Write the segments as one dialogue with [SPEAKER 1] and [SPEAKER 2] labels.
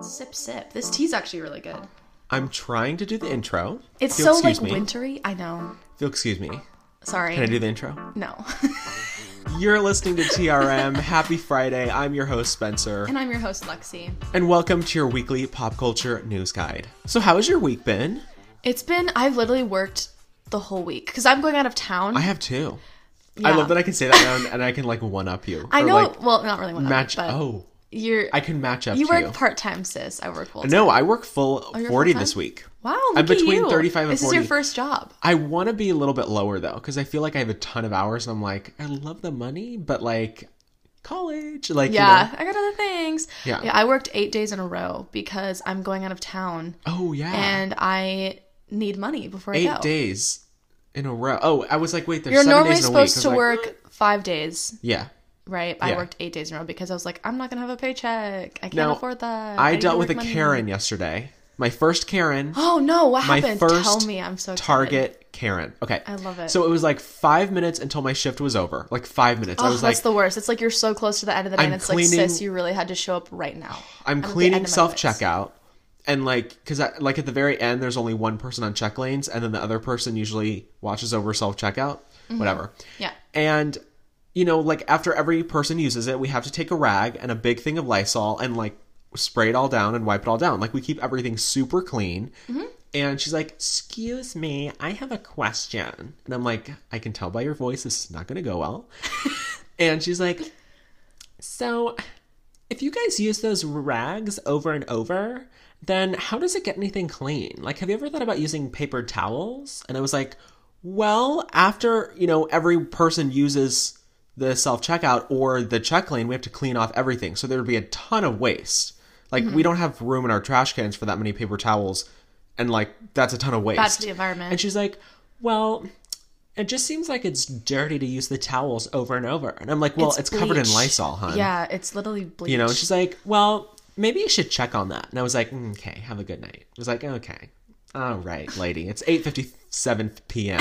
[SPEAKER 1] Sip, sip. This tea's actually really good.
[SPEAKER 2] I'm trying to do the intro.
[SPEAKER 1] It's
[SPEAKER 2] If you'll
[SPEAKER 1] so like
[SPEAKER 2] me.
[SPEAKER 1] wintry. I know.
[SPEAKER 2] If you'll excuse me.
[SPEAKER 1] Sorry.
[SPEAKER 2] Can I do the intro?
[SPEAKER 1] no.
[SPEAKER 2] You're listening to TRM. Happy Friday. I'm your host, Spencer,
[SPEAKER 1] and I'm your host, Lexi.
[SPEAKER 2] and welcome to your weekly pop culture news guide. So, how has your week been?
[SPEAKER 1] It's been, I've literally worked the whole week because I'm going out of town.
[SPEAKER 2] I have two. I
[SPEAKER 1] Yeah.
[SPEAKER 2] love that I can say that now and- and I can like one up you.
[SPEAKER 1] I
[SPEAKER 2] Or,
[SPEAKER 1] know,
[SPEAKER 2] Like,
[SPEAKER 1] well, not really one of
[SPEAKER 2] match.
[SPEAKER 1] it, but
[SPEAKER 2] Oh,
[SPEAKER 1] you're,
[SPEAKER 2] I can match up
[SPEAKER 1] you
[SPEAKER 2] to
[SPEAKER 1] work
[SPEAKER 2] you.
[SPEAKER 1] part time, sis. I work full time.
[SPEAKER 2] No, I work full
[SPEAKER 1] you're
[SPEAKER 2] 40
[SPEAKER 1] full-time?
[SPEAKER 2] this week.
[SPEAKER 1] Wow.
[SPEAKER 2] I'm
[SPEAKER 1] look at
[SPEAKER 2] between
[SPEAKER 1] you.
[SPEAKER 2] 35 and
[SPEAKER 1] This is your
[SPEAKER 2] 40.
[SPEAKER 1] first job.
[SPEAKER 2] I want to be a little bit lower though, because I feel like I have a ton of hours, and I'm like, I love the money, but like college, like
[SPEAKER 1] Yeah,
[SPEAKER 2] You know,
[SPEAKER 1] I got other things.
[SPEAKER 2] Yeah.
[SPEAKER 1] I worked eight days in a row because I'm going out of town
[SPEAKER 2] oh yeah,
[SPEAKER 1] and I need money before I
[SPEAKER 2] eight
[SPEAKER 1] go.
[SPEAKER 2] days in a row. Oh, I was like, wait, there's
[SPEAKER 1] You're
[SPEAKER 2] seven
[SPEAKER 1] normally
[SPEAKER 2] days in a week. I was
[SPEAKER 1] supposed to
[SPEAKER 2] like,
[SPEAKER 1] work
[SPEAKER 2] what?
[SPEAKER 1] five days
[SPEAKER 2] Yeah,
[SPEAKER 1] right? I
[SPEAKER 2] Yeah.
[SPEAKER 1] worked eight days in a row because I was like, I'm not gonna have a paycheck. I can't
[SPEAKER 2] Now,
[SPEAKER 1] afford that.
[SPEAKER 2] I,
[SPEAKER 1] need to
[SPEAKER 2] dealt with a
[SPEAKER 1] work money."
[SPEAKER 2] Karen yesterday. My first Karen.
[SPEAKER 1] Oh no! What
[SPEAKER 2] My
[SPEAKER 1] happened?
[SPEAKER 2] first
[SPEAKER 1] Tell me. I'm so excited.
[SPEAKER 2] Target Karen. Okay. I
[SPEAKER 1] love it.
[SPEAKER 2] So it was like five minutes until my shift was over. Like five minutes. I
[SPEAKER 1] Oh,
[SPEAKER 2] was like,
[SPEAKER 1] that's the worst. It's like you're so close to the end of the day,
[SPEAKER 2] I'm
[SPEAKER 1] and it's
[SPEAKER 2] cleaning-
[SPEAKER 1] like, sis, you really had to show up right now.
[SPEAKER 2] I'm
[SPEAKER 1] at the end
[SPEAKER 2] cleaning
[SPEAKER 1] of my
[SPEAKER 2] self
[SPEAKER 1] list.
[SPEAKER 2] checkout, and like, cause I, like at the very end, there's only one person on check lanes, and then the other person usually watches over self checkout,
[SPEAKER 1] Mm-hmm.
[SPEAKER 2] whatever.
[SPEAKER 1] Yeah.
[SPEAKER 2] And you know, like after every person uses it, we have to take a rag and a big thing of Lysol and like spray it all down and wipe it all down. Like we keep everything super clean. And she's like, "Excuse me, I have a question." And I'm like, "I can tell by your voice this is not going to go well." and she's like, "So, if you guys use those rags over and over, then how does it get anything clean? Like, have you ever thought about using paper towels? And I was like, well, after, you know, every person uses the self checkout or the check lane, we have to clean off everything. So there would be a ton of waste. Like, we don't have room in our trash cans for that many paper towels. And, like, that's a ton of waste.
[SPEAKER 1] Bad for the environment.
[SPEAKER 2] And she's like, well, it just seems like it's dirty to use the towels over and over. And I'm like, well, it's, covered in
[SPEAKER 1] bleach.
[SPEAKER 2] Lysol, hon.
[SPEAKER 1] Yeah, it's literally bleach.
[SPEAKER 2] You know, and she's like, well, maybe you should check on that. And I was like, "Mm, okay, have a good night. I was like, okay, all right, lady. It's 8.57 p.m.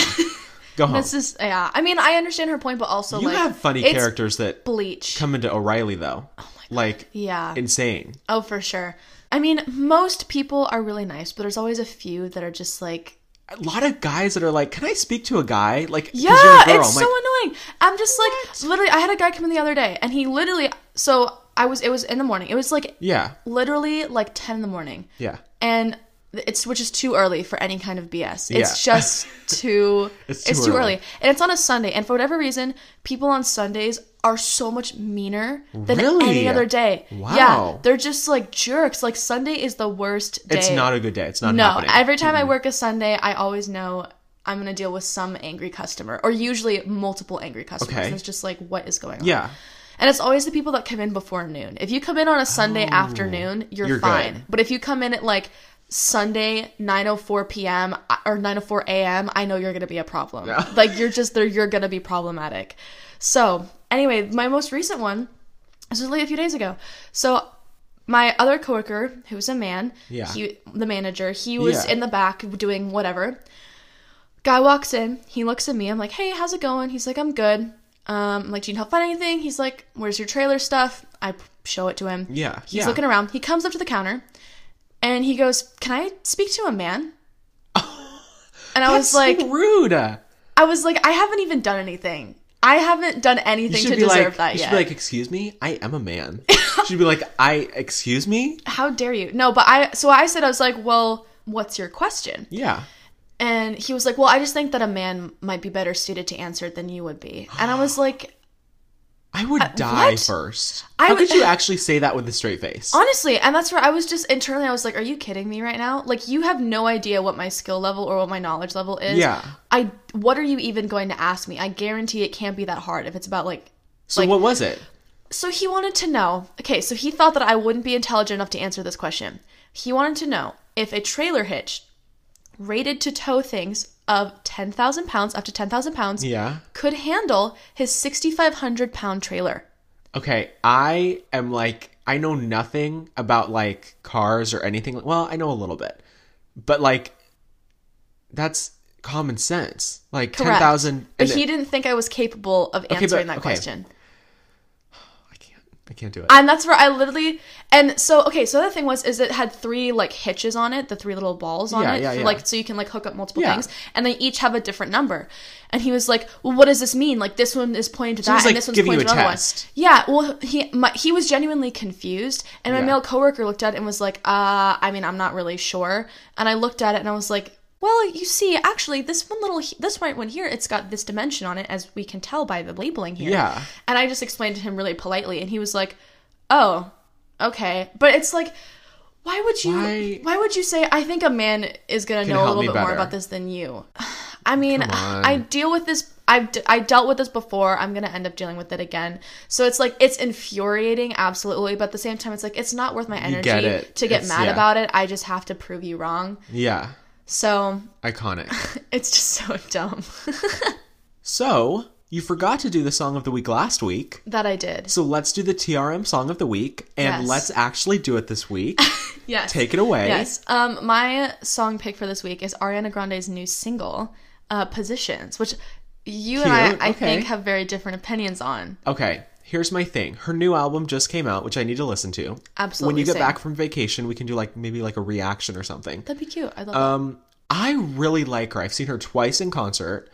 [SPEAKER 2] Go home.
[SPEAKER 1] this is yeah. I mean, I understand her point, but also
[SPEAKER 2] you
[SPEAKER 1] like
[SPEAKER 2] have funny
[SPEAKER 1] it's
[SPEAKER 2] characters that
[SPEAKER 1] Bleach.
[SPEAKER 2] come into O'Reilly, though. Oh my God. Like,
[SPEAKER 1] yeah.
[SPEAKER 2] insane.
[SPEAKER 1] Oh, for sure. I mean, most people are really nice, but there's always a few that are just like
[SPEAKER 2] A lot of guys that are like, can I speak to a guy? Like, 'cause
[SPEAKER 1] Yeah,
[SPEAKER 2] you're a girl.
[SPEAKER 1] it's
[SPEAKER 2] I'm
[SPEAKER 1] so
[SPEAKER 2] like,
[SPEAKER 1] annoying. I'm just like literally. I had a guy come in the other day, and he literally. So I was. It was in the morning. It was like
[SPEAKER 2] yeah,
[SPEAKER 1] literally like ten in the morning,
[SPEAKER 2] yeah.
[SPEAKER 1] and it's which is too early for any kind of BS.
[SPEAKER 2] Yeah.
[SPEAKER 1] It's just too.
[SPEAKER 2] It's
[SPEAKER 1] it's
[SPEAKER 2] too
[SPEAKER 1] too,
[SPEAKER 2] early.
[SPEAKER 1] early. and it's on a Sunday. And for whatever reason, people on Sundays are so much meaner than
[SPEAKER 2] Really?
[SPEAKER 1] any other day.
[SPEAKER 2] Wow.
[SPEAKER 1] Yeah, they're just like jerks. Like Sunday is the worst day.
[SPEAKER 2] It's not a good day. It's not
[SPEAKER 1] No,
[SPEAKER 2] happening. Mm-hmm.
[SPEAKER 1] every time I work a Sunday, I always know I'm gonna deal with some angry customer, or usually multiple angry customers.
[SPEAKER 2] Okay.
[SPEAKER 1] And it's just like, what is going on?
[SPEAKER 2] yeah.
[SPEAKER 1] And it's always the people that come in before noon. If you come in on a Sunday afternoon, you're,
[SPEAKER 2] Oh, you're
[SPEAKER 1] fine.
[SPEAKER 2] good.
[SPEAKER 1] But if you come in at like Sunday 9:04 p.m. I- uh, or 9:04 a.m., I know you're gonna be a problem. Like you're just there, you're gonna be problematic. So anyway, my most recent one this was like a few days ago. So my other coworker, who was a man,
[SPEAKER 2] Yeah.
[SPEAKER 1] he the manager, he was
[SPEAKER 2] Yeah.
[SPEAKER 1] in the back doing whatever. Guy walks in, he looks at me, I'm like, Hey, how's it going? He's like, I'm good. Um, I'm like, Do you need help find anything? He's like, Where's your trailer stuff? I p- show it to him.
[SPEAKER 2] Yeah,
[SPEAKER 1] He's
[SPEAKER 2] yeah.
[SPEAKER 1] looking around. He comes up to the counter and he goes, Can I speak to a man? and I was
[SPEAKER 2] That's
[SPEAKER 1] like
[SPEAKER 2] rude. You
[SPEAKER 1] I was like, I haven't even done anything. I haven't done anything
[SPEAKER 2] should
[SPEAKER 1] to
[SPEAKER 2] be
[SPEAKER 1] deserve
[SPEAKER 2] like,
[SPEAKER 1] that
[SPEAKER 2] you should
[SPEAKER 1] yet.
[SPEAKER 2] be like, excuse me, I am a man. you should be like, I, excuse me?
[SPEAKER 1] How dare you? No, but I so I said I was like, "Well, what's your question?"
[SPEAKER 2] Yeah.
[SPEAKER 1] And he was like, "Well, I just think that a man might be better suited to answer it than you would be." And I was like,
[SPEAKER 2] I would die
[SPEAKER 1] Uh, what?
[SPEAKER 2] first.
[SPEAKER 1] I
[SPEAKER 2] How
[SPEAKER 1] would-
[SPEAKER 2] could you actually say that with a straight face?
[SPEAKER 1] "Honestly," and that's where I was just internally I was like, "Are you kidding me right now? Like you have no idea what my skill level or what my knowledge level is."
[SPEAKER 2] Yeah.
[SPEAKER 1] I what are you even going to ask me? I guarantee it can't be that hard if it's about like
[SPEAKER 2] so
[SPEAKER 1] like-
[SPEAKER 2] what was it?
[SPEAKER 1] So he wanted to know. Okay, so he thought that I wouldn't be intelligent enough to answer this question. He wanted to know if a trailer hitch rated to tow things of 10,000 pounds, up to 10,000 pounds,
[SPEAKER 2] Yeah.
[SPEAKER 1] could handle his 6,500 pound trailer.
[SPEAKER 2] Okay, I am like I know nothing about like cars or anything. Well, I know a little bit. But like that's common sense. Like
[SPEAKER 1] Correct.
[SPEAKER 2] 10,000
[SPEAKER 1] But
[SPEAKER 2] and-
[SPEAKER 1] he didn't think I was capable of answering that
[SPEAKER 2] okay.
[SPEAKER 1] question.
[SPEAKER 2] I can't. I can't do it.
[SPEAKER 1] and that's where I literally and so okay. So the thing was is it had three like hitches on it, the three little balls on
[SPEAKER 2] Yeah,
[SPEAKER 1] it,
[SPEAKER 2] yeah,
[SPEAKER 1] for,
[SPEAKER 2] yeah.
[SPEAKER 1] like so you can like hook up multiple
[SPEAKER 2] Yeah.
[SPEAKER 1] things, and they each have a different number. And he was like, "Well, what does this mean? Like this one is pointing to that,
[SPEAKER 2] he's,
[SPEAKER 1] and
[SPEAKER 2] like,
[SPEAKER 1] this one's
[SPEAKER 2] giving you
[SPEAKER 1] pointing to
[SPEAKER 2] a
[SPEAKER 1] another
[SPEAKER 2] test.
[SPEAKER 1] one." Yeah. Well, he my, he was genuinely confused, and my
[SPEAKER 2] Yeah.
[SPEAKER 1] male coworker looked at it and was like, "Uh, I mean, I'm not really sure." And I looked at it and I was like. Well, you see, actually, this one little, this right one here, it's got this dimension on it, as we can tell by the labeling here.
[SPEAKER 2] Yeah.
[SPEAKER 1] And I just explained to him really politely, and he was like, "Oh, okay." But it's like, why would you? Why,
[SPEAKER 2] Why-
[SPEAKER 1] would you say? I think a man is gonna know a
[SPEAKER 2] help
[SPEAKER 1] little
[SPEAKER 2] me
[SPEAKER 1] bit more
[SPEAKER 2] better."
[SPEAKER 1] about this than you. I mean,
[SPEAKER 2] Come on.
[SPEAKER 1] I deal with this. I've d- I dealt with this before. I'm gonna end up dealing with it again. So it's like it's infuriating, absolutely. But at the same time, it's like it's not worth my energy
[SPEAKER 2] get it.
[SPEAKER 1] to get
[SPEAKER 2] It's-
[SPEAKER 1] mad
[SPEAKER 2] yeah.
[SPEAKER 1] about it. I just have to prove you wrong.
[SPEAKER 2] Yeah.
[SPEAKER 1] So
[SPEAKER 2] Iconic.
[SPEAKER 1] it's just so dumb
[SPEAKER 2] so, you forgot to do the song of the week last week.
[SPEAKER 1] that I did.
[SPEAKER 2] So let's do the TRM song of the week and
[SPEAKER 1] Yes.
[SPEAKER 2] let's actually do it this week.
[SPEAKER 1] Yes.
[SPEAKER 2] Take it away.
[SPEAKER 1] Yes. Um, my song pick for this week is Ariana Grande's new single, uh, "Positions," which you and
[SPEAKER 2] Cute,
[SPEAKER 1] I, I
[SPEAKER 2] okay.
[SPEAKER 1] think, have very different opinions on.
[SPEAKER 2] Okay, here's my thing. Her new album just came out, which I need to listen to.
[SPEAKER 1] Absolutely,
[SPEAKER 2] When you get
[SPEAKER 1] same.
[SPEAKER 2] back from vacation, we can do like maybe like a reaction or something.
[SPEAKER 1] That'd be cute. I love
[SPEAKER 2] Um, I really like her. I've seen her twice in concert.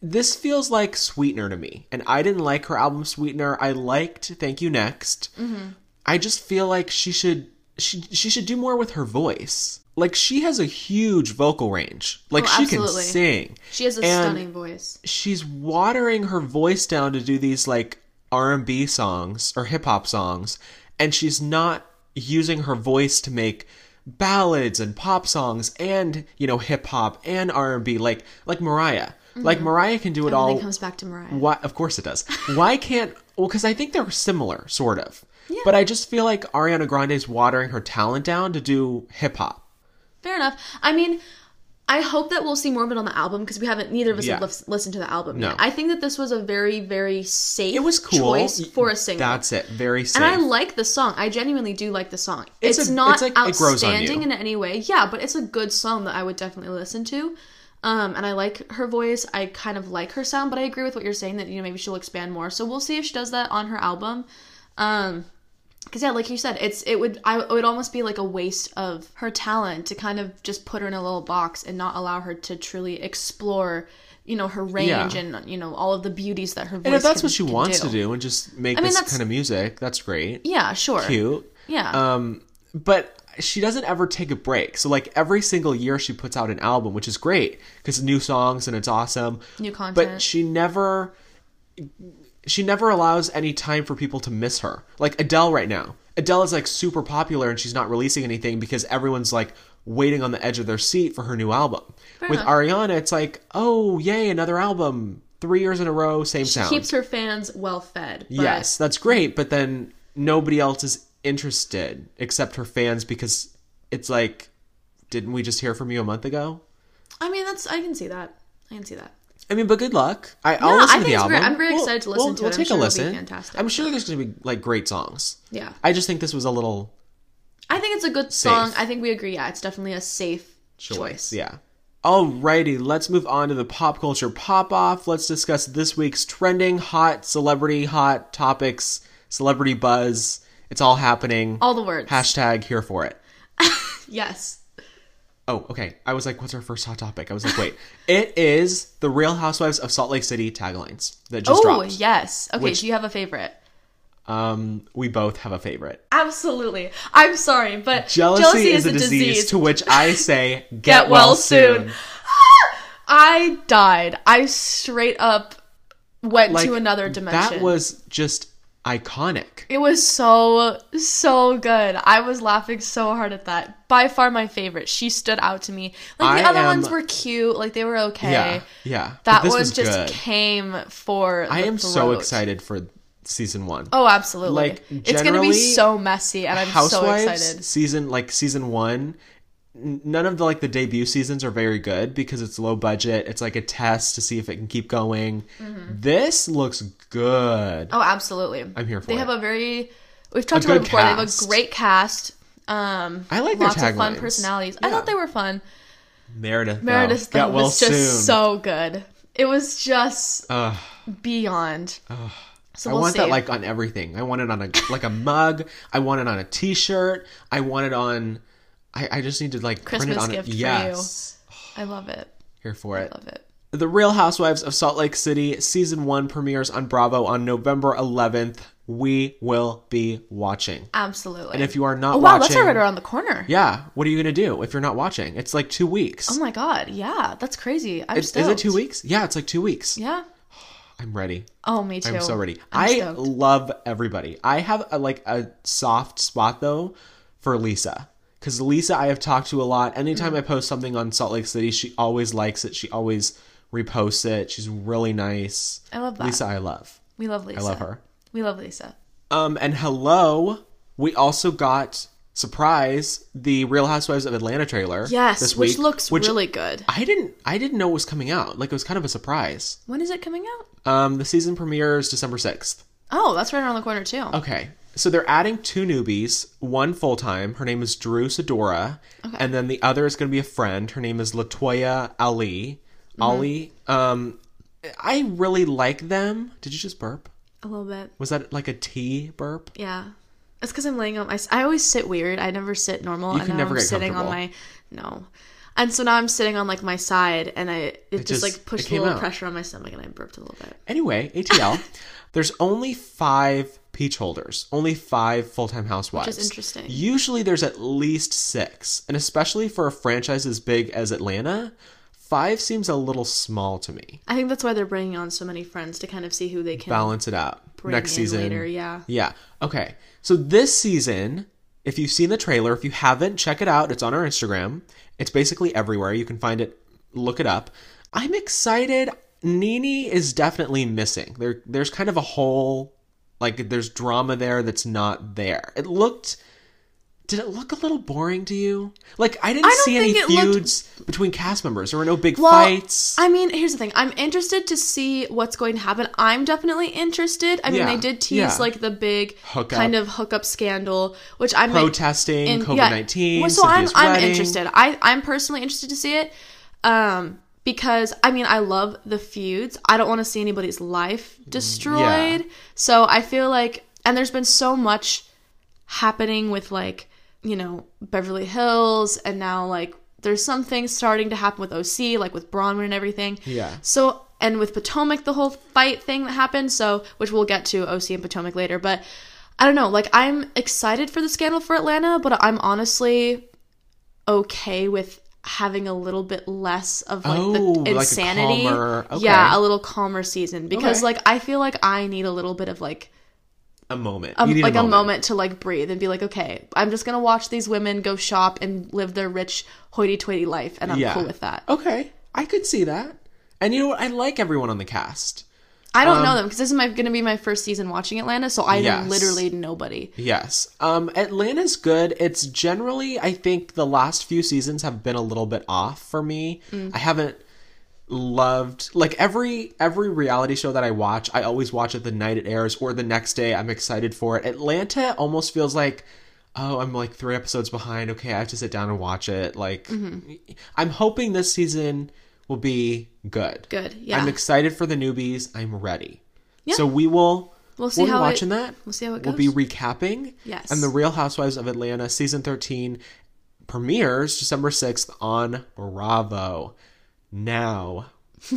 [SPEAKER 2] This feels like Sweetener to me, and I didn't like her album Sweetener. I liked Thank You Next.
[SPEAKER 1] Mm-hmm.
[SPEAKER 2] I just feel like she should she she should do more with her voice. Like she has a huge vocal range. Like
[SPEAKER 1] Oh,
[SPEAKER 2] she
[SPEAKER 1] absolutely.
[SPEAKER 2] can sing.
[SPEAKER 1] it. She has a
[SPEAKER 2] and-
[SPEAKER 1] stunning voice.
[SPEAKER 2] she's watering her voice down to do these like R&B songs or hip hop songs and she's not using her voice to make ballads and pop songs and you know hip hop and R&B like like Mariah. Like
[SPEAKER 1] Mm-hmm.
[SPEAKER 2] Mariah can do it
[SPEAKER 1] Everything
[SPEAKER 2] all.
[SPEAKER 1] comes back to Mariah.
[SPEAKER 2] Why? Of course it does. Why can't? Well, because I think they're similar, sort of. But I just feel like Ariana Grande's watering her talent down to do hip hop.
[SPEAKER 1] Fair enough. I mean, I hope that we'll see more of it on the album because we haven't. Neither of us
[SPEAKER 2] Yeah.
[SPEAKER 1] have lis- listened to the album
[SPEAKER 2] No.
[SPEAKER 1] yet. I think that this was a very, very safe.
[SPEAKER 2] It was cool
[SPEAKER 1] choice for a single.
[SPEAKER 2] That's it. Very safe.
[SPEAKER 1] and I like the song. I genuinely do like the song. It's,
[SPEAKER 2] It's a-
[SPEAKER 1] not
[SPEAKER 2] it's like- it grows on you.
[SPEAKER 1] outstanding in any way. Yeah, but it's a good song that I would definitely listen to. Um, and I like her voice. I kind of like her sound, but I agree with what you're saying that you know maybe she'll expand more. So we'll see if she does that on her album. Um, because yeah, like you said, it's it would I it would almost be like a waste of her talent to kind of just put her in a little box and not allow her to truly explore, you know, her range
[SPEAKER 2] Yeah.
[SPEAKER 1] and you know all of the beauties that her voice.
[SPEAKER 2] And if that's
[SPEAKER 1] can-
[SPEAKER 2] what she
[SPEAKER 1] can
[SPEAKER 2] wants to do and just make
[SPEAKER 1] mean,
[SPEAKER 2] this
[SPEAKER 1] that's-
[SPEAKER 2] kind of music, that's great.
[SPEAKER 1] yeah, sure,
[SPEAKER 2] Cute.
[SPEAKER 1] yeah.
[SPEAKER 2] Um, but she doesn't ever take a break. So like every single year she puts out an album, which is great because new songs and it's awesome.
[SPEAKER 1] New content.
[SPEAKER 2] But she never she never allows any time for people to miss her. Like Adele right now. Adele is like super popular and she's not releasing anything because everyone's like waiting on the edge of their seat for her new album. With
[SPEAKER 1] enough.
[SPEAKER 2] Ariana, it's like, "Oh, yay, another album. 3 years in a row, same sound."
[SPEAKER 1] keeps her fans well fed. But
[SPEAKER 2] Yes, that's great, but then nobody else is interested except her fans because it's like, didn't we just hear from you a month ago?
[SPEAKER 1] I mean that's I can see that. I can see that.
[SPEAKER 2] I mean, but good luck. I, I'll
[SPEAKER 1] No,
[SPEAKER 2] listen
[SPEAKER 1] I think
[SPEAKER 2] to the
[SPEAKER 1] it's
[SPEAKER 2] album.
[SPEAKER 1] great. I'm very excited to listen
[SPEAKER 2] we'll,
[SPEAKER 1] to it.
[SPEAKER 2] We'll
[SPEAKER 1] I'm
[SPEAKER 2] take
[SPEAKER 1] sure
[SPEAKER 2] a
[SPEAKER 1] it'll be
[SPEAKER 2] listen.
[SPEAKER 1] fantastic.
[SPEAKER 2] I'm sure there's going to be like great songs.
[SPEAKER 1] Yeah.
[SPEAKER 2] I just think this was a little
[SPEAKER 1] I think it's a good song. I think we agree. Yeah, it's definitely a safe
[SPEAKER 2] choice.
[SPEAKER 1] choice.
[SPEAKER 2] Yeah. Alrighty, let's move on to the pop culture pop off. Let's discuss this week's trending hot celebrity hot topics, celebrity buzz. It's all happening.
[SPEAKER 1] All the words.
[SPEAKER 2] Hashtag here for it.
[SPEAKER 1] yes.
[SPEAKER 2] Oh, okay. I was like, what's our first hot topic? I was like, wait. it is the Real Housewives of Salt Lake City taglines that just
[SPEAKER 1] Oh,
[SPEAKER 2] dropped.
[SPEAKER 1] yes. Okay,
[SPEAKER 2] Which-
[SPEAKER 1] do you have a favorite?
[SPEAKER 2] Um, we both have a favorite.
[SPEAKER 1] Absolutely. I'm sorry, but
[SPEAKER 2] Jealousy, is, a, disease, to which I say, get, well, soon.
[SPEAKER 1] I died. I straight up went
[SPEAKER 2] Like,
[SPEAKER 1] to another dimension.
[SPEAKER 2] That was just iconic.
[SPEAKER 1] It was so so good. I was laughing so hard at that. By far my favorite. She stood out to me. Like the
[SPEAKER 2] I
[SPEAKER 1] other
[SPEAKER 2] am-
[SPEAKER 1] ones were cute. Like they were okay.
[SPEAKER 2] Yeah, yeah. But
[SPEAKER 1] That
[SPEAKER 2] this
[SPEAKER 1] one
[SPEAKER 2] was
[SPEAKER 1] just
[SPEAKER 2] good.
[SPEAKER 1] came for.
[SPEAKER 2] I
[SPEAKER 1] the
[SPEAKER 2] am so
[SPEAKER 1] throat.
[SPEAKER 2] excited for season one.
[SPEAKER 1] Oh, absolutely!
[SPEAKER 2] Like,
[SPEAKER 1] it's gonna be
[SPEAKER 2] generally,
[SPEAKER 1] so messy, and I'm so
[SPEAKER 2] Housewives
[SPEAKER 1] excited.
[SPEAKER 2] season like season one. n- None of the like the debut seasons are very good because it's low budget. It's like a test to see if it can keep going. This looks good.
[SPEAKER 1] Mm-hmm. Oh, absolutely!
[SPEAKER 2] I'm here for
[SPEAKER 1] They
[SPEAKER 2] it.
[SPEAKER 1] have a very. We've talked about it
[SPEAKER 2] good
[SPEAKER 1] before. They have a
[SPEAKER 2] cast.
[SPEAKER 1] great cast. Um,
[SPEAKER 2] I like their
[SPEAKER 1] lots of fun
[SPEAKER 2] taglines.
[SPEAKER 1] personalities. I
[SPEAKER 2] Yeah.
[SPEAKER 1] thought they were fun.
[SPEAKER 2] Meredith,
[SPEAKER 1] Meredith
[SPEAKER 2] though,
[SPEAKER 1] though,
[SPEAKER 2] got well
[SPEAKER 1] was just
[SPEAKER 2] soon.
[SPEAKER 1] so good. It was just
[SPEAKER 2] Ugh.
[SPEAKER 1] beyond. So
[SPEAKER 2] I
[SPEAKER 1] we'll
[SPEAKER 2] want
[SPEAKER 1] see.
[SPEAKER 2] that like on everything. I want it on a like a mug. I want it on a T-shirt. I want it on. I, I just need to like print
[SPEAKER 1] Christmas
[SPEAKER 2] it on.
[SPEAKER 1] gift
[SPEAKER 2] a,
[SPEAKER 1] for you.
[SPEAKER 2] yes,
[SPEAKER 1] I love it.
[SPEAKER 2] here for it.
[SPEAKER 1] Love it.
[SPEAKER 2] The Real Housewives of Salt Lake City season one premieres on Bravo on November 11th. We will be watching.
[SPEAKER 1] Absolutely.
[SPEAKER 2] And if you are not
[SPEAKER 1] oh wow,
[SPEAKER 2] watching,
[SPEAKER 1] that's already around the corner.
[SPEAKER 2] yeah, what are you gonna do if you're not watching? It's like two weeks.
[SPEAKER 1] Oh my god. Yeah, that's crazy. I'm
[SPEAKER 2] Is-
[SPEAKER 1] stoked.
[SPEAKER 2] is it two weeks? Yeah, it's like two weeks.
[SPEAKER 1] Yeah.
[SPEAKER 2] I'm ready.
[SPEAKER 1] Oh, me too.
[SPEAKER 2] I'm so ready.
[SPEAKER 1] I'm
[SPEAKER 2] i
[SPEAKER 1] stoked.
[SPEAKER 2] love everybody. I have a, like a soft spot though for Lisa because Lisa I have talked to a lot. Anytime I post something on Salt Lake City, she always likes it. She always reposts it. She's really nice.
[SPEAKER 1] I love that.
[SPEAKER 2] Lisa, I love.
[SPEAKER 1] We love Lisa.
[SPEAKER 2] I love her.
[SPEAKER 1] We love Lisa.
[SPEAKER 2] Um, and hello, we also got surprise the Real Housewives of Atlanta trailer.
[SPEAKER 1] Yes,
[SPEAKER 2] this
[SPEAKER 1] which
[SPEAKER 2] week,
[SPEAKER 1] looks really good.
[SPEAKER 2] I didn't. I didn't know was coming out. Like it was kind of a surprise.
[SPEAKER 1] When is it coming out?
[SPEAKER 2] Um, the season premieres December sixth.
[SPEAKER 1] Oh, that's right around the corner too.
[SPEAKER 2] Okay. So they're adding two newbies, one full time. Her name is Drew Sedora, and then the other is going to be a friend. Her name is Latoya Ali.
[SPEAKER 1] Mm-hmm.
[SPEAKER 2] Ali. Um, I really like them. Did you just burp?
[SPEAKER 1] A little bit.
[SPEAKER 2] Was that like a tea burp?
[SPEAKER 1] Yeah. It's because I'm laying on my. I always sit weird. I never sit normal. and
[SPEAKER 2] can
[SPEAKER 1] now
[SPEAKER 2] never
[SPEAKER 1] I'm
[SPEAKER 2] get
[SPEAKER 1] sitting on my.
[SPEAKER 2] comfortable.
[SPEAKER 1] No. And so now I'm sitting on like my side, and I it, just,
[SPEAKER 2] just-
[SPEAKER 1] like
[SPEAKER 2] it
[SPEAKER 1] pushed a
[SPEAKER 2] came
[SPEAKER 1] little
[SPEAKER 2] out.
[SPEAKER 1] pressure on my stomach, and I burped a little bit.
[SPEAKER 2] Anyway, ATL. there's only five peach holders, only five full time housewives.
[SPEAKER 1] is interesting.
[SPEAKER 2] Usually there's at least six, and especially for a franchise as big as Atlanta, five seems a little small to me.
[SPEAKER 1] I think that's why they're bringing on so many friends to kind of see who they can.
[SPEAKER 2] balance it out
[SPEAKER 1] bring
[SPEAKER 2] next
[SPEAKER 1] in
[SPEAKER 2] season
[SPEAKER 1] later, yeah.
[SPEAKER 2] yeah okay so this season if you've seen the trailer if you haven't check it out it's on our instagram it's basically everywhere you can find it look it up i'm excited nini is definitely missing there there's kind of a whole like there's drama there that's not there it looked did it look a little boring to you? Like I didn't
[SPEAKER 1] I don't
[SPEAKER 2] see any
[SPEAKER 1] think it looked-
[SPEAKER 2] feuds between cast members. There were no big
[SPEAKER 1] Well,
[SPEAKER 2] fights.
[SPEAKER 1] I mean, here's the thing. I'm interested to see what's going to happen. I'm definitely interested. I mean,
[SPEAKER 2] Yeah,
[SPEAKER 1] they did tease
[SPEAKER 2] yeah.
[SPEAKER 1] like the big
[SPEAKER 2] Hookup.
[SPEAKER 1] kind of hookup scandal, which I'm
[SPEAKER 2] Protesting, COVID nineteen.
[SPEAKER 1] Well, so I'm I'm interested. I I'm personally interested to see it, um, because I mean I love the feuds. I don't want to see anybody's life destroyed. So I feel like, and there's been so much happening with like you know Beverly Hills, and now like there's some things starting to happen with OC, like with Bronwyn and everything.
[SPEAKER 2] Yeah.
[SPEAKER 1] So and with Potomac, the whole fight thing that happened. So which we'll get to OC and Potomac later, but. I don't know. Like I'm excited for the scandal for Atlanta, but I'm honestly okay with having a little bit less of like
[SPEAKER 2] Oh, like
[SPEAKER 1] the
[SPEAKER 2] a
[SPEAKER 1] insanity.
[SPEAKER 2] calmer- okay.
[SPEAKER 1] Yeah, a little calmer season because
[SPEAKER 2] Okay.
[SPEAKER 1] like I feel like I need a little bit of like
[SPEAKER 2] A moment.
[SPEAKER 1] a,
[SPEAKER 2] You need
[SPEAKER 1] like a moment to like breathe and be like, okay, I'm just gonna watch these women go shop and live their rich hoity-toity life, and I'm
[SPEAKER 2] Yeah.
[SPEAKER 1] cool with that.
[SPEAKER 2] Okay, I could see that. And you know what? I like everyone on the cast.
[SPEAKER 1] I don't know them because this is my gonna be my first season watching Atlanta, so I
[SPEAKER 2] Um, Yes.
[SPEAKER 1] literally nobody.
[SPEAKER 2] Yes. Um, Atlanta's good. It's generally, I think, the last few seasons have been a little bit off for me.
[SPEAKER 1] Mm.
[SPEAKER 2] I haven't loved like every every reality show that I watch. I always watch it the night it airs or the next day. I'm excited for it. Atlanta almost feels like. Oh, I'm like three episodes behind. Okay, I have to sit down and watch it. Like,
[SPEAKER 1] Mm-hmm.
[SPEAKER 2] I'm hoping this season will be good.
[SPEAKER 1] Good, yeah.
[SPEAKER 2] I'm excited for the newbies. I'm ready. So we will.
[SPEAKER 1] We'll see
[SPEAKER 2] we'll be
[SPEAKER 1] how it-
[SPEAKER 2] watching that.
[SPEAKER 1] We'll see how it
[SPEAKER 2] We'll
[SPEAKER 1] goes.
[SPEAKER 2] be recapping.
[SPEAKER 1] Yes.
[SPEAKER 2] And The Real Housewives of Atlanta season 13 premieres December 6th on Bravo. Now,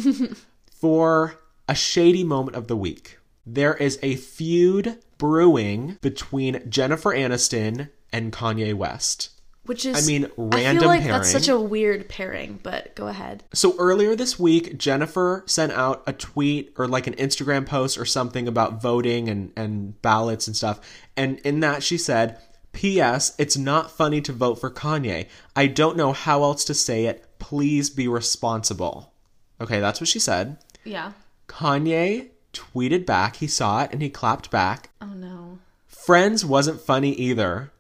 [SPEAKER 2] for a shady moment of the week, there is a feud brewing between Jennifer Aniston and Kanye West.
[SPEAKER 1] Which is
[SPEAKER 2] I mean,
[SPEAKER 1] I
[SPEAKER 2] random
[SPEAKER 1] feel like that's
[SPEAKER 2] pairing.
[SPEAKER 1] such a weird pairing, but go ahead.
[SPEAKER 2] So earlier this week, Jennifer sent out a tweet or like an Instagram post or something about voting and, and ballots and stuff. And in that, she said, P.S. It's not funny to vote for Kanye. I don't know how else to say it. Please be responsible. Okay, that's what she said.
[SPEAKER 1] Yeah.
[SPEAKER 2] Kanye tweeted back. He saw it and he clapped back.
[SPEAKER 1] Oh no.
[SPEAKER 2] Friends wasn't funny either.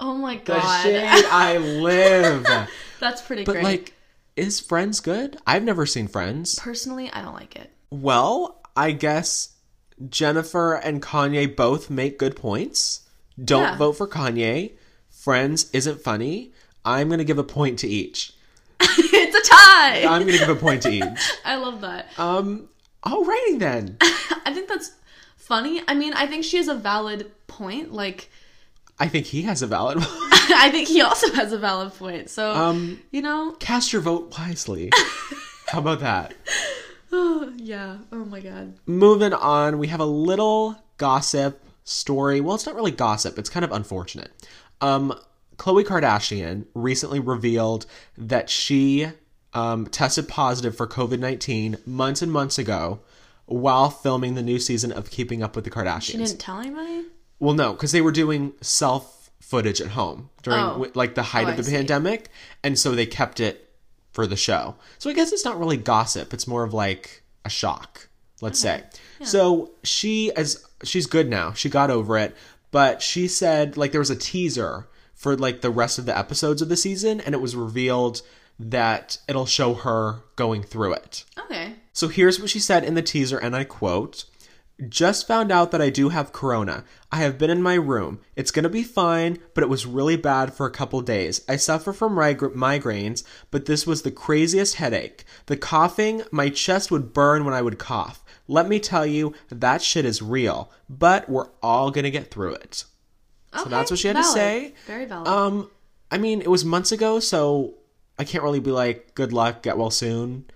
[SPEAKER 1] Oh my
[SPEAKER 2] The
[SPEAKER 1] god.
[SPEAKER 2] shade I live.
[SPEAKER 1] That's pretty
[SPEAKER 2] but
[SPEAKER 1] great.
[SPEAKER 2] like, is Friends good? I've never seen Friends.
[SPEAKER 1] Personally, I don't like it.
[SPEAKER 2] Well, I guess Jennifer and Kanye both make good points. Don't
[SPEAKER 1] Yeah.
[SPEAKER 2] vote for Kanye. Friends isn't funny. I'm going to give a point to each.
[SPEAKER 1] it's a tie.
[SPEAKER 2] I'm going to give a point to each.
[SPEAKER 1] I love that.
[SPEAKER 2] Um, alrighty then.
[SPEAKER 1] I think that's funny. I mean, I think she has a valid point. Like,
[SPEAKER 2] I think he has a valid.
[SPEAKER 1] I think he also has a valid point. So,
[SPEAKER 2] um,
[SPEAKER 1] you know,
[SPEAKER 2] cast your vote wisely. How about that?
[SPEAKER 1] yeah. Oh my god.
[SPEAKER 2] Moving on, we have a little gossip story. Well, it's not really gossip, it's kind of unfortunate. Um, Khloe Kardashian recently revealed that she um, tested positive for COVID 19 months and months ago while filming the new season of Keeping Up with the
[SPEAKER 1] She
[SPEAKER 2] Kardashians.
[SPEAKER 1] didn't tell anybody?
[SPEAKER 2] Well, no, because they were doing self footage at home during
[SPEAKER 1] Oh.
[SPEAKER 2] wi- like the height
[SPEAKER 1] Oh,
[SPEAKER 2] of the
[SPEAKER 1] I see.
[SPEAKER 2] pandemic, and so they kept it for the show. So I guess it's not really gossip; it's more of like a shock, let's say. So she as she's good now; she got over it, but she said like there was a teaser for like the rest of the episodes of the season, and it was revealed that it'll show her going through it.
[SPEAKER 1] Okay.
[SPEAKER 2] So here's what she said in the teaser, and I quote Just found out that I do have corona. I have been in my room. It's gonna be fine, but it was really bad for a couple days. I suffer from migra- migraines, but this was the craziest headache. The coughing, my chest would burn when I would cough. Let me tell you, that shit is real, but we're all gonna get through it.
[SPEAKER 1] So
[SPEAKER 2] that's what she had to say.
[SPEAKER 1] Very valid.
[SPEAKER 2] Um, I mean, it was months ago, so I can't really be like, good luck, get well soon.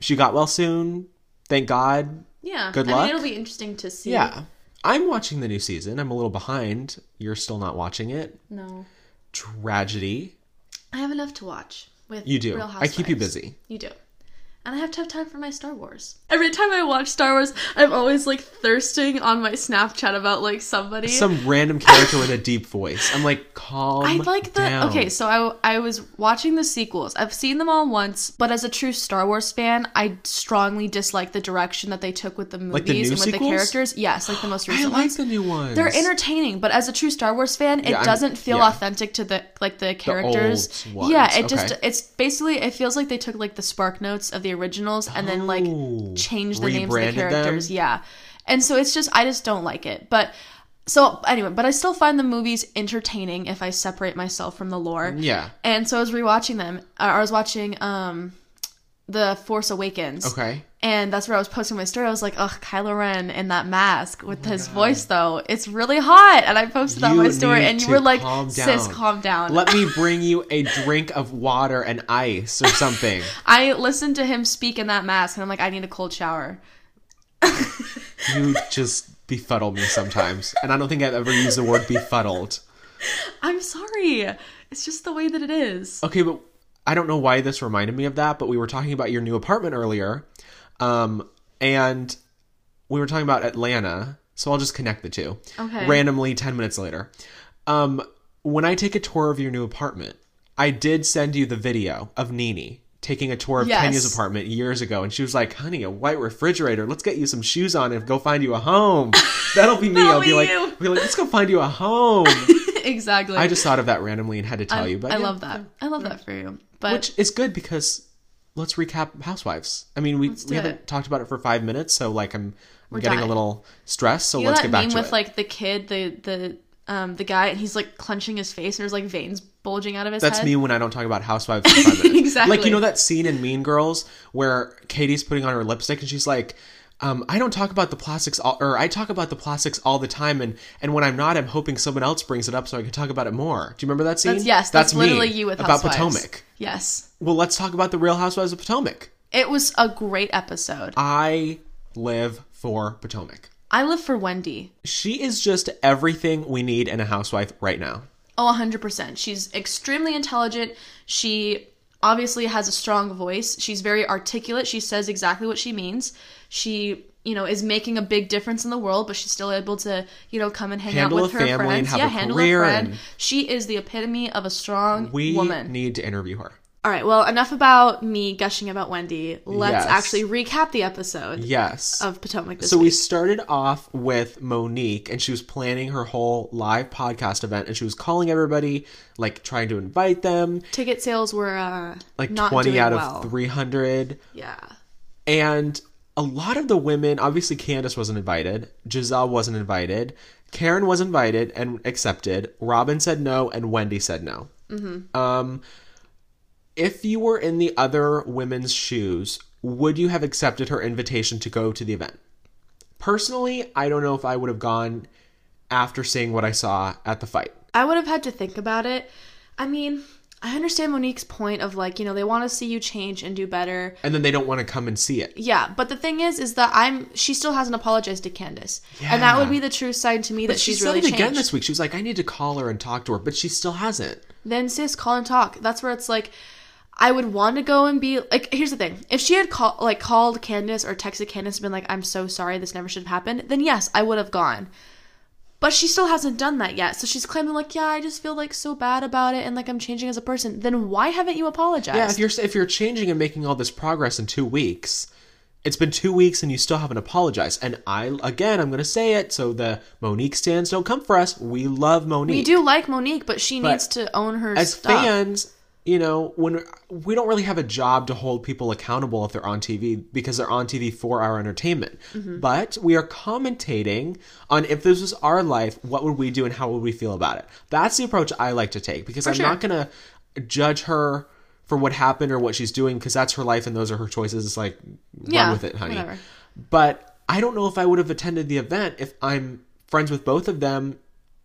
[SPEAKER 2] She got well soon. Thank God.
[SPEAKER 1] yeah.
[SPEAKER 2] good
[SPEAKER 1] I
[SPEAKER 2] luck.
[SPEAKER 1] mean, it'll be interesting to see.
[SPEAKER 2] Yeah. I'm watching the new season. I'm a little behind. You're still not watching it.
[SPEAKER 1] No.
[SPEAKER 2] Tragedy.
[SPEAKER 1] I have enough to watch with
[SPEAKER 2] You do.
[SPEAKER 1] Real
[SPEAKER 2] I
[SPEAKER 1] Housewives.
[SPEAKER 2] keep you busy.
[SPEAKER 1] You do. And I have to have time for my Star Wars. Every time I watch Star Wars, I'm always like thirsting on my Snapchat about like somebody.
[SPEAKER 2] Some random character with a deep voice. I'm like, calm.
[SPEAKER 1] I like the
[SPEAKER 2] down.
[SPEAKER 1] okay. So I I was watching the sequels. I've seen them all once, but as a true Star Wars fan, I strongly dislike the direction that they took with the movies
[SPEAKER 2] the new
[SPEAKER 1] and with
[SPEAKER 2] sequels?
[SPEAKER 1] the characters. Yes, like the most
[SPEAKER 2] I
[SPEAKER 1] recent
[SPEAKER 2] like
[SPEAKER 1] ones.
[SPEAKER 2] the new ones.
[SPEAKER 1] They're entertaining, but as a true Star Wars fan, it
[SPEAKER 2] I'm-
[SPEAKER 1] doesn't feel
[SPEAKER 2] yeah.
[SPEAKER 1] authentic to the like the characters.
[SPEAKER 2] old ones,
[SPEAKER 1] Yeah, it just
[SPEAKER 2] okay.
[SPEAKER 1] it's basically it feels like they took like the spark notes of the originals and then like
[SPEAKER 2] Oh,
[SPEAKER 1] changed the names of the
[SPEAKER 2] rebranded them?
[SPEAKER 1] characters. Yeah. And so it's just I just don't like it. But so anyway, but I still find the movies entertaining if I separate myself from the lore.
[SPEAKER 2] Yeah.
[SPEAKER 1] And so I was rewatching them. Uh, I was watching um The Force Awakens.
[SPEAKER 2] Okay.
[SPEAKER 1] And that's where I was posting my story. I was like, ugh, Kylo Ren in that mask with his voice, though. It's really hot. And I posted that on
[SPEAKER 2] Oh You
[SPEAKER 1] my story,
[SPEAKER 2] need
[SPEAKER 1] and you
[SPEAKER 2] to
[SPEAKER 1] were like,
[SPEAKER 2] calm
[SPEAKER 1] sis,
[SPEAKER 2] down.
[SPEAKER 1] calm down.
[SPEAKER 2] Let me bring you a drink of water and ice or something.
[SPEAKER 1] I listened to him speak in that mask, and I'm like, I need a cold shower.
[SPEAKER 2] You just befuddle me sometimes. And I don't think I've ever used the word befuddled.
[SPEAKER 1] I'm sorry. It's just the way that it is.
[SPEAKER 2] Okay, but I don't know why this reminded me of that, but we were talking about your new apartment earlier. Um, and we were talking about Atlanta. So I'll just connect the two.
[SPEAKER 1] Okay.
[SPEAKER 2] Randomly 10 minutes later. Um, when I take a tour of your new apartment, I did send you the video of Nini taking a tour of
[SPEAKER 1] Yes.
[SPEAKER 2] Kenya's apartment years ago and she was like, "Honey, a white refrigerator. Let's get you some shoes on and go find you a home." That'll be me.
[SPEAKER 1] That'll
[SPEAKER 2] I'll be
[SPEAKER 1] be
[SPEAKER 2] like,
[SPEAKER 1] you.
[SPEAKER 2] I'll be like, "Let's go find you a home."
[SPEAKER 1] exactly.
[SPEAKER 2] I just thought of that randomly and had to tell you, but
[SPEAKER 1] I
[SPEAKER 2] yeah.
[SPEAKER 1] love that. I love that for you. But
[SPEAKER 2] Which is good because let's recap Housewives. I mean, we,
[SPEAKER 1] do
[SPEAKER 2] we haven't
[SPEAKER 1] it.
[SPEAKER 2] talked about it for five minutes, so like I'm, I'm getting a
[SPEAKER 1] dying.
[SPEAKER 2] little stressed. So
[SPEAKER 1] you know
[SPEAKER 2] let's
[SPEAKER 1] that
[SPEAKER 2] get back
[SPEAKER 1] meme
[SPEAKER 2] to
[SPEAKER 1] with
[SPEAKER 2] it.
[SPEAKER 1] like the kid, the the um the guy, and he's like clenching his face, and there's like veins bulging out of his
[SPEAKER 2] That's
[SPEAKER 1] head.
[SPEAKER 2] me when I don't talk about Housewives for five minutes.
[SPEAKER 1] Exactly.
[SPEAKER 2] Like you know that scene in Mean Girls where Katie's putting on her lipstick and she's like. Um, I don't talk about the plastics, all, or I talk about the plastics all the time, and, and when I'm not, I'm hoping someone else brings it up so I can talk about it more. Do you remember that scene?
[SPEAKER 1] That's, yes, that's,
[SPEAKER 2] me,
[SPEAKER 1] literally you with
[SPEAKER 2] about
[SPEAKER 1] Housewives.
[SPEAKER 2] Potomac.
[SPEAKER 1] Yes,
[SPEAKER 2] Well, let's talk about the Real Housewives of Potomac.
[SPEAKER 1] it was a great episode.
[SPEAKER 2] I live for Potomac.
[SPEAKER 1] I live for Wendy.
[SPEAKER 2] She is just everything we need in a housewife right now.
[SPEAKER 1] Oh, 100%. She's extremely intelligent. She obviously has a strong voice. She's very articulate. She says exactly what she means. She, you know, is making a big difference in the world, but she's still able to, you know, come and hang
[SPEAKER 2] Handle
[SPEAKER 1] out with
[SPEAKER 2] a
[SPEAKER 1] her
[SPEAKER 2] family and
[SPEAKER 1] friends.
[SPEAKER 2] have
[SPEAKER 1] yeah,
[SPEAKER 2] a
[SPEAKER 1] handle
[SPEAKER 2] career
[SPEAKER 1] a friend.
[SPEAKER 2] and-
[SPEAKER 1] She is the epitome of a strong
[SPEAKER 2] We
[SPEAKER 1] woman.
[SPEAKER 2] need to interview her.
[SPEAKER 1] All right, well, enough about me gushing about Wendy. Let's
[SPEAKER 2] Yes.
[SPEAKER 1] actually recap the episode
[SPEAKER 2] Yes.
[SPEAKER 1] of Potomac this
[SPEAKER 2] so we
[SPEAKER 1] week.
[SPEAKER 2] started off with Monique, and she was planning her whole live podcast event, and she was calling everybody, like trying to invite them,
[SPEAKER 1] Ticket sales were uh,
[SPEAKER 2] like
[SPEAKER 1] not
[SPEAKER 2] 20
[SPEAKER 1] doing
[SPEAKER 2] out
[SPEAKER 1] well.
[SPEAKER 2] of 300.
[SPEAKER 1] Yeah.
[SPEAKER 2] And a lot of the women, obviously, Candace wasn't invited, Giselle wasn't invited, Karen was invited and accepted, Robin said no, and Wendy said no.
[SPEAKER 1] Mm-hmm.
[SPEAKER 2] Um, if you were in the other women's shoes, would you have accepted her invitation to go to the event? Personally, I don't know if I would have gone after seeing what I saw at the fight.
[SPEAKER 1] I would have had to think about it. I mean, I understand Monique's point of like, you know, they want to see you change and do better.
[SPEAKER 2] And then they don't want to come and see it.
[SPEAKER 1] Yeah, but the thing is, is that I'm. She still hasn't apologized to Candace, and that would
[SPEAKER 2] Yeah.
[SPEAKER 1] be the true sign to me that
[SPEAKER 2] she
[SPEAKER 1] she's
[SPEAKER 2] said
[SPEAKER 1] really
[SPEAKER 2] it
[SPEAKER 1] changed.
[SPEAKER 2] again this week. She was like, I need to call her and talk to her, but she still hasn't.
[SPEAKER 1] then sis call and talk that's where it's like i would want to go and be like here's the thing if she had call, like called candace or texted candace and been like i'm so sorry this never should have happened then yes i would have gone but she still hasn't done that yet so she's claiming like yeah i just feel like so bad about it and like i'm changing as a person then why haven't you apologized
[SPEAKER 2] Yeah, if you're if you're changing and making all this progress in two weeks, it's been two weeks and you still haven't apologized. And I again, I'm gonna say it. So the Monique stands don't come for us. We love Monique.
[SPEAKER 1] we do like monique but she needs to own her
[SPEAKER 2] as
[SPEAKER 1] stuff
[SPEAKER 2] fans. You know, when we don't really have a job to hold people accountable if they're on TV because they're on TV for our entertainment. But we are commentating on if this was our life, what would we do and how would we feel about it? That's the approach I like to take because I'm
[SPEAKER 1] sure.
[SPEAKER 2] not going to judge her for what happened or what she's doing because that's her life and those are her choices. It's like, run
[SPEAKER 1] Yeah,
[SPEAKER 2] with it, honey.
[SPEAKER 1] whatever.
[SPEAKER 2] But I don't know if I would have attended the event if I'm friends with both of them.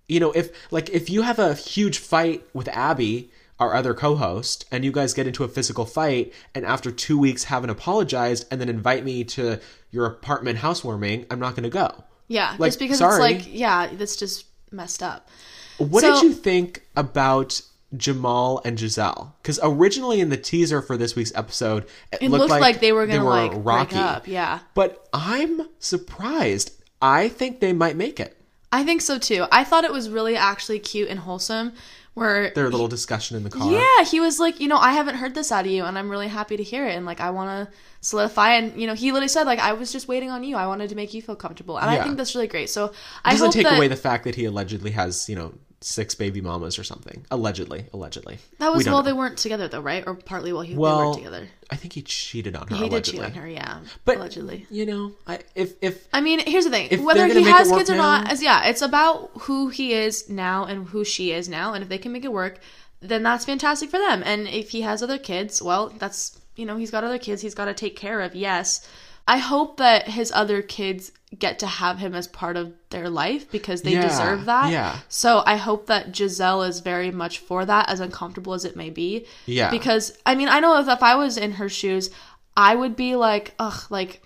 [SPEAKER 2] You know, if like if you have a huge fight with Abby, our other co-host, and you guys get into a physical fight, and after two weeks haven't apologized, and then invite me to your apartment housewarming, I'm not going to go.
[SPEAKER 1] yeah
[SPEAKER 2] Like,
[SPEAKER 1] just because
[SPEAKER 2] sorry.
[SPEAKER 1] it's like yeah that's just messed up
[SPEAKER 2] What
[SPEAKER 1] So-
[SPEAKER 2] did you think about Jamal and Giselle? Because originally in the teaser for this week's episode, it,
[SPEAKER 1] it
[SPEAKER 2] looked, like,
[SPEAKER 1] they were gonna like break up yeah
[SPEAKER 2] But I'm surprised. I think they might make it.
[SPEAKER 1] I think so too. I thought it was really actually cute and wholesome. Where
[SPEAKER 2] Their little discussion in the car.
[SPEAKER 1] yeah, he was like, you know, I haven't heard this out of you, and I'm really happy to hear it, and like I want to solidify. And you know, he literally said like I was just waiting on you. I wanted to make you feel comfortable, and I
[SPEAKER 2] Yeah.
[SPEAKER 1] think that's really great. So
[SPEAKER 2] It
[SPEAKER 1] I
[SPEAKER 2] doesn't
[SPEAKER 1] hope
[SPEAKER 2] take
[SPEAKER 1] that
[SPEAKER 2] away the fact that he allegedly has, you know, six baby mamas or something. Allegedly, allegedly.
[SPEAKER 1] that
[SPEAKER 2] We
[SPEAKER 1] was
[SPEAKER 2] don't
[SPEAKER 1] while
[SPEAKER 2] know.
[SPEAKER 1] they weren't together though, right? Or partly while he they
[SPEAKER 2] well
[SPEAKER 1] weren't together.
[SPEAKER 2] I think he cheated on her.
[SPEAKER 1] He did
[SPEAKER 2] allegedly.
[SPEAKER 1] cheat on her, yeah.
[SPEAKER 2] But
[SPEAKER 1] allegedly.
[SPEAKER 2] you know, I, if if
[SPEAKER 1] I mean, here's the thing:
[SPEAKER 2] If
[SPEAKER 1] whether
[SPEAKER 2] they're gonna
[SPEAKER 1] he
[SPEAKER 2] make it
[SPEAKER 1] has
[SPEAKER 2] work
[SPEAKER 1] kids or
[SPEAKER 2] now-
[SPEAKER 1] not, as yeah, it's about who he is now and who she is now, and if they can make it work, then that's fantastic for them. And if he has other kids, well, that's you know he's got other kids he's got to take care of. Yes, I hope that his other kids get to have him as part of their life because they
[SPEAKER 2] Yeah,
[SPEAKER 1] deserve that.
[SPEAKER 2] yeah.
[SPEAKER 1] So I hope that Giselle is very much for that, as uncomfortable as it may be.
[SPEAKER 2] Yeah.
[SPEAKER 1] Because I mean, I know if, if I was in her shoes, I would be like, ugh, like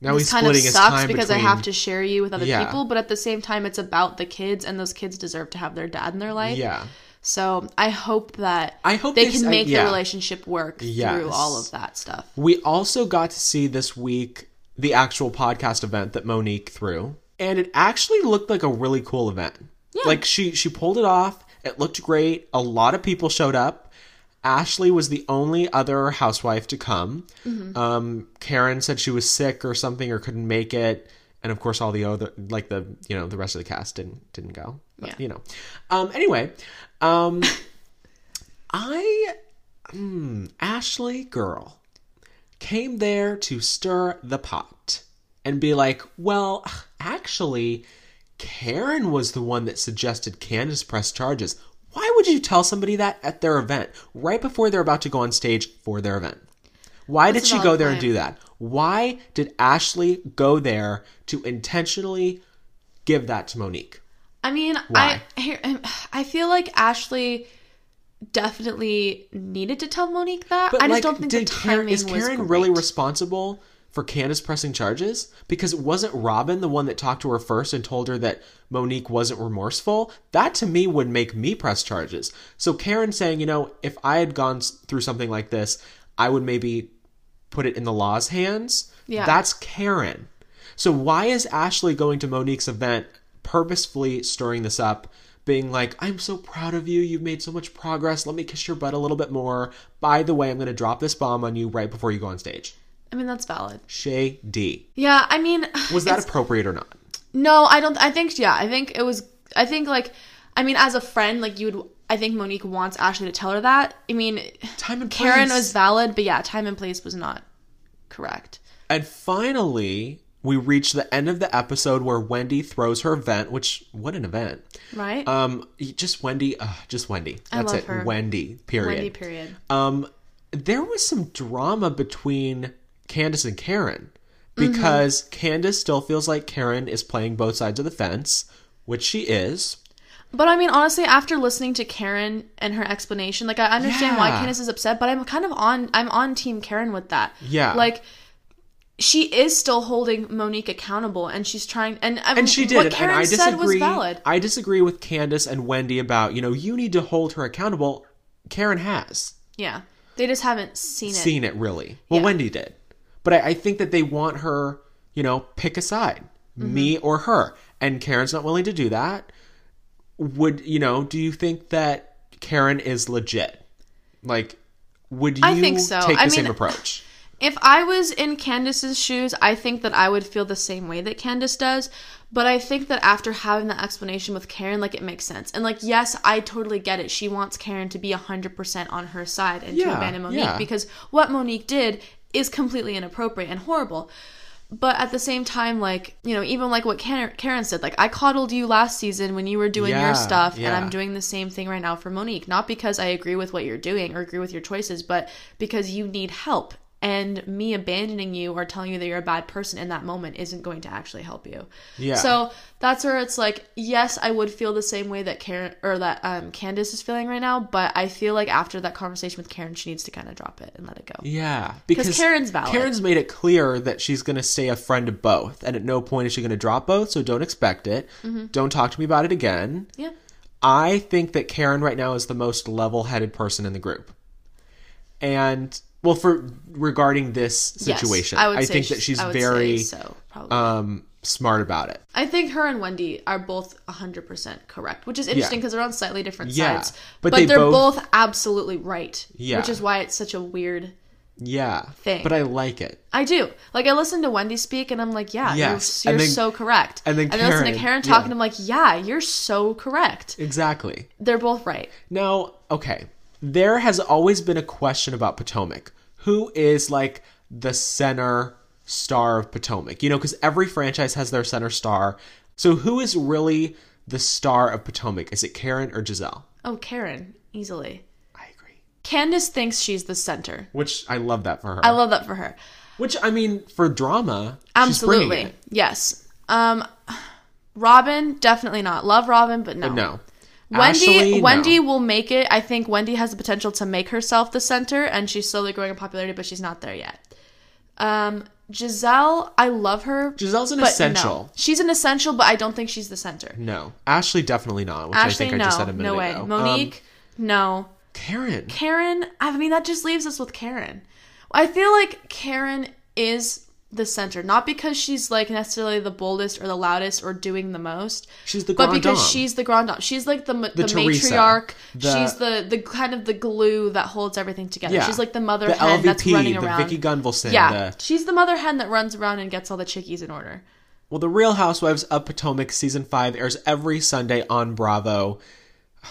[SPEAKER 2] now
[SPEAKER 1] this
[SPEAKER 2] he's
[SPEAKER 1] kind of
[SPEAKER 2] splitting his
[SPEAKER 1] sucks
[SPEAKER 2] time
[SPEAKER 1] because
[SPEAKER 2] between,
[SPEAKER 1] I have to share you with other
[SPEAKER 2] Yeah.
[SPEAKER 1] people, but at the same time, it's about the kids, and those kids deserve to have their dad in their life.
[SPEAKER 2] Yeah,
[SPEAKER 1] So I hope that
[SPEAKER 2] I hope
[SPEAKER 1] they
[SPEAKER 2] they
[SPEAKER 1] can
[SPEAKER 2] s- I-
[SPEAKER 1] make
[SPEAKER 2] yeah.
[SPEAKER 1] the relationship work through
[SPEAKER 2] Yes.
[SPEAKER 1] all of that stuff.
[SPEAKER 2] we also got to see this week the actual podcast event that Monique threw, and it actually looked like a really cool event. Like she she pulled it off. It looked great. A lot of people showed up. Ashley was the only other housewife to come. Um, Karen said she was sick or something or couldn't make it, and of course all the other like the you know the rest of the cast didn't didn't go. But,
[SPEAKER 1] Yeah.
[SPEAKER 2] You know. Um, anyway, um, I hmm, Ashley girl came there to stir the pot and be like, well, actually, Karen was the one that suggested Candace press charges. Why would you tell somebody that at their event, right before they're about to go on stage for their event? Why did
[SPEAKER 1] a
[SPEAKER 2] she
[SPEAKER 1] valid
[SPEAKER 2] go there and
[SPEAKER 1] point.
[SPEAKER 2] do that? Why did Ashley go there to intentionally give that to Monique?
[SPEAKER 1] I mean,
[SPEAKER 2] Why?
[SPEAKER 1] I here, um, I feel like Ashley definitely needed to tell Monique that. I just don't think the
[SPEAKER 2] did
[SPEAKER 1] timing
[SPEAKER 2] Karen, is
[SPEAKER 1] was
[SPEAKER 2] Karen
[SPEAKER 1] great.
[SPEAKER 2] really responsible for Candace pressing charges? Because it wasn't Robin the one that talked to her first and told her that Monique wasn't remorseful? That to me would make me press charges. So Karen saying, you know, if I had gone s- through something like this, I would maybe put it in the law's hands.
[SPEAKER 1] Yeah.
[SPEAKER 2] That's Karen. So why is Ashley going to Monique's event purposefully stirring this up, being like, I'm so proud of you, you've made so much progress, let me kiss your butt a little bit more. By the way, I'm gonna drop this bomb on you right before you go on stage.
[SPEAKER 1] I mean, that's valid.
[SPEAKER 2] Shay D.
[SPEAKER 1] Yeah, I mean,
[SPEAKER 2] Was that appropriate or not?
[SPEAKER 1] No, I don't. I think yeah. I think it was. I think like, I mean, as a friend, like you would. I think Monique wants Ashley to tell her that. I mean,
[SPEAKER 2] Time and
[SPEAKER 1] Karen
[SPEAKER 2] place.
[SPEAKER 1] was valid, but yeah, time and place was not correct.
[SPEAKER 2] And finally, we reach the end of the episode where Wendy throws her event, which what an event.
[SPEAKER 1] Right?
[SPEAKER 2] Um just Wendy, uh, just Wendy. That's
[SPEAKER 1] love
[SPEAKER 2] it.
[SPEAKER 1] her.
[SPEAKER 2] Wendy, period.
[SPEAKER 1] Wendy. Period.
[SPEAKER 2] um, there was some drama between Candace and Karen.
[SPEAKER 1] Mm-hmm.
[SPEAKER 2] because Candace still feels like Karen is playing both sides of the fence, which she is.
[SPEAKER 1] Mm-hmm. But I mean, honestly, after listening to Karen and her explanation, like I understand why
[SPEAKER 2] Yeah.
[SPEAKER 1] Candace is upset, but I'm kind of on I'm on team Karen with that.
[SPEAKER 2] Yeah.
[SPEAKER 1] Like she is still holding Monique accountable and she's trying and I mean,
[SPEAKER 2] And she did,
[SPEAKER 1] what
[SPEAKER 2] and-
[SPEAKER 1] Karen
[SPEAKER 2] and I
[SPEAKER 1] said
[SPEAKER 2] disagree.
[SPEAKER 1] was valid.
[SPEAKER 2] I disagree with Candace and Wendy about you know you need to hold her accountable. Karen has
[SPEAKER 1] Yeah. They just haven't seen it.
[SPEAKER 2] seen it really. Well,
[SPEAKER 1] Yeah.
[SPEAKER 2] Wendy did, but I, I think that they want her, you know, pick a side,
[SPEAKER 1] Mm-hmm.
[SPEAKER 2] me or her, and Karen's not willing to do that. Would you know? Do you think that Karen is legit? Like, would you
[SPEAKER 1] I think so.
[SPEAKER 2] take the
[SPEAKER 1] I
[SPEAKER 2] same
[SPEAKER 1] mean-
[SPEAKER 2] approach?
[SPEAKER 1] If I was in Candace's shoes, I think that I would feel the same way that Candace does. But I think that after having that explanation with Karen, like it makes sense. And like, yes, I totally get it. She wants Karen to be 100% on her side and to
[SPEAKER 2] Yeah,
[SPEAKER 1] abandon Monique
[SPEAKER 2] yeah.
[SPEAKER 1] because what Monique did is completely inappropriate and horrible. But at the same time, like, you know, even like what Karen Karen said, like, I coddled you last season when you were doing
[SPEAKER 2] Yeah,
[SPEAKER 1] your stuff, and
[SPEAKER 2] yeah.
[SPEAKER 1] I'm doing the same thing right now for Monique. Not because I agree with what you're doing or agree with your choices, but because you need help. And me abandoning you or telling you that you're a bad person in that moment isn't going to actually help you.
[SPEAKER 2] Yeah.
[SPEAKER 1] So that's where it's like, yes, I would feel the same way that Karen or that um, Candace is feeling right now, but I feel like after that conversation with Karen, she needs to kind of drop it and let it go.
[SPEAKER 2] Yeah, because
[SPEAKER 1] Karen's valid.
[SPEAKER 2] Karen's made it clear that she's going to stay a friend of both, and at no point is she going to drop both. So don't expect it.
[SPEAKER 1] Mm-hmm.
[SPEAKER 2] Don't talk to me about it again.
[SPEAKER 1] Yeah.
[SPEAKER 2] I think that Karen right now is the most level-headed person in the group, and well, for regarding this
[SPEAKER 1] Yes,
[SPEAKER 2] situation,
[SPEAKER 1] I would say
[SPEAKER 2] think that she's
[SPEAKER 1] I would
[SPEAKER 2] very
[SPEAKER 1] say so probably.
[SPEAKER 2] um, smart about it.
[SPEAKER 1] I think her and Wendy are both 100% correct, which is interesting because they're on slightly different
[SPEAKER 2] Yeah,
[SPEAKER 1] sides. But,
[SPEAKER 2] but they
[SPEAKER 1] they're both,
[SPEAKER 2] both-
[SPEAKER 1] absolutely right.
[SPEAKER 2] Yeah.
[SPEAKER 1] Which is why it's such a weird.
[SPEAKER 2] Yeah,
[SPEAKER 1] Thing.
[SPEAKER 2] but I like it.
[SPEAKER 1] I do. Like, I listen to Wendy speak and I'm like, yeah,
[SPEAKER 2] Yes,
[SPEAKER 1] you're,
[SPEAKER 2] and
[SPEAKER 1] you're
[SPEAKER 2] then-
[SPEAKER 1] so correct.
[SPEAKER 2] and then
[SPEAKER 1] I listen to Karen
[SPEAKER 2] Karen,
[SPEAKER 1] talk
[SPEAKER 2] yeah.
[SPEAKER 1] and I'm like, yeah, you're so correct.
[SPEAKER 2] Exactly.
[SPEAKER 1] They're both right.
[SPEAKER 2] Now, okay, there has always been a question about Potomac. Who is like the center star of Potomac? You know, because every franchise has their center star. So who is really the star of Potomac? Is it Karen or Giselle?
[SPEAKER 1] Oh, Karen, easily.
[SPEAKER 2] I agree.
[SPEAKER 1] Candace thinks she's the center.
[SPEAKER 2] Which I love that for her.
[SPEAKER 1] I love that for her.
[SPEAKER 2] Which I mean, for drama, She's bringing
[SPEAKER 1] Absolutely.
[SPEAKER 2] it.
[SPEAKER 1] Yes. Um, Robin, definitely not. Love Robin, but no.
[SPEAKER 2] No.
[SPEAKER 1] Wendy
[SPEAKER 2] Ashley, no.
[SPEAKER 1] Wendy will make it. I think Wendy has the potential to make herself the center and she's slowly growing in popularity, but she's not there yet. Um Giselle, I love her.
[SPEAKER 2] Giselle's an
[SPEAKER 1] but
[SPEAKER 2] essential.
[SPEAKER 1] No. She's an essential, but I don't think she's the center.
[SPEAKER 2] No. Ashley definitely not, which
[SPEAKER 1] Ashley,
[SPEAKER 2] I think
[SPEAKER 1] no.
[SPEAKER 2] I just said a minute
[SPEAKER 1] no way.
[SPEAKER 2] ago. Um,
[SPEAKER 1] Monique, no.
[SPEAKER 2] Karen.
[SPEAKER 1] Karen, I mean, that just leaves us with Karen. I feel like Karen is the center, not because she's like necessarily the boldest or the loudest or doing the most,
[SPEAKER 2] She's the
[SPEAKER 1] but
[SPEAKER 2] grand
[SPEAKER 1] because
[SPEAKER 2] dame.
[SPEAKER 1] she's the grand dame. She's like the, ma- the,
[SPEAKER 2] Teresa.
[SPEAKER 1] matriarch.
[SPEAKER 2] The-
[SPEAKER 1] she's the the kind of the glue that holds everything together.
[SPEAKER 2] Yeah.
[SPEAKER 1] She's like the mother
[SPEAKER 2] the
[SPEAKER 1] hen
[SPEAKER 2] LVP,
[SPEAKER 1] that's running
[SPEAKER 2] the
[SPEAKER 1] around.
[SPEAKER 2] Vicky Gunvalson,
[SPEAKER 1] yeah,
[SPEAKER 2] the
[SPEAKER 1] she's the mother hen that runs around and gets all the chickies in order.
[SPEAKER 2] Well, The Real Housewives of Potomac season 5 airs every Sunday on Bravo.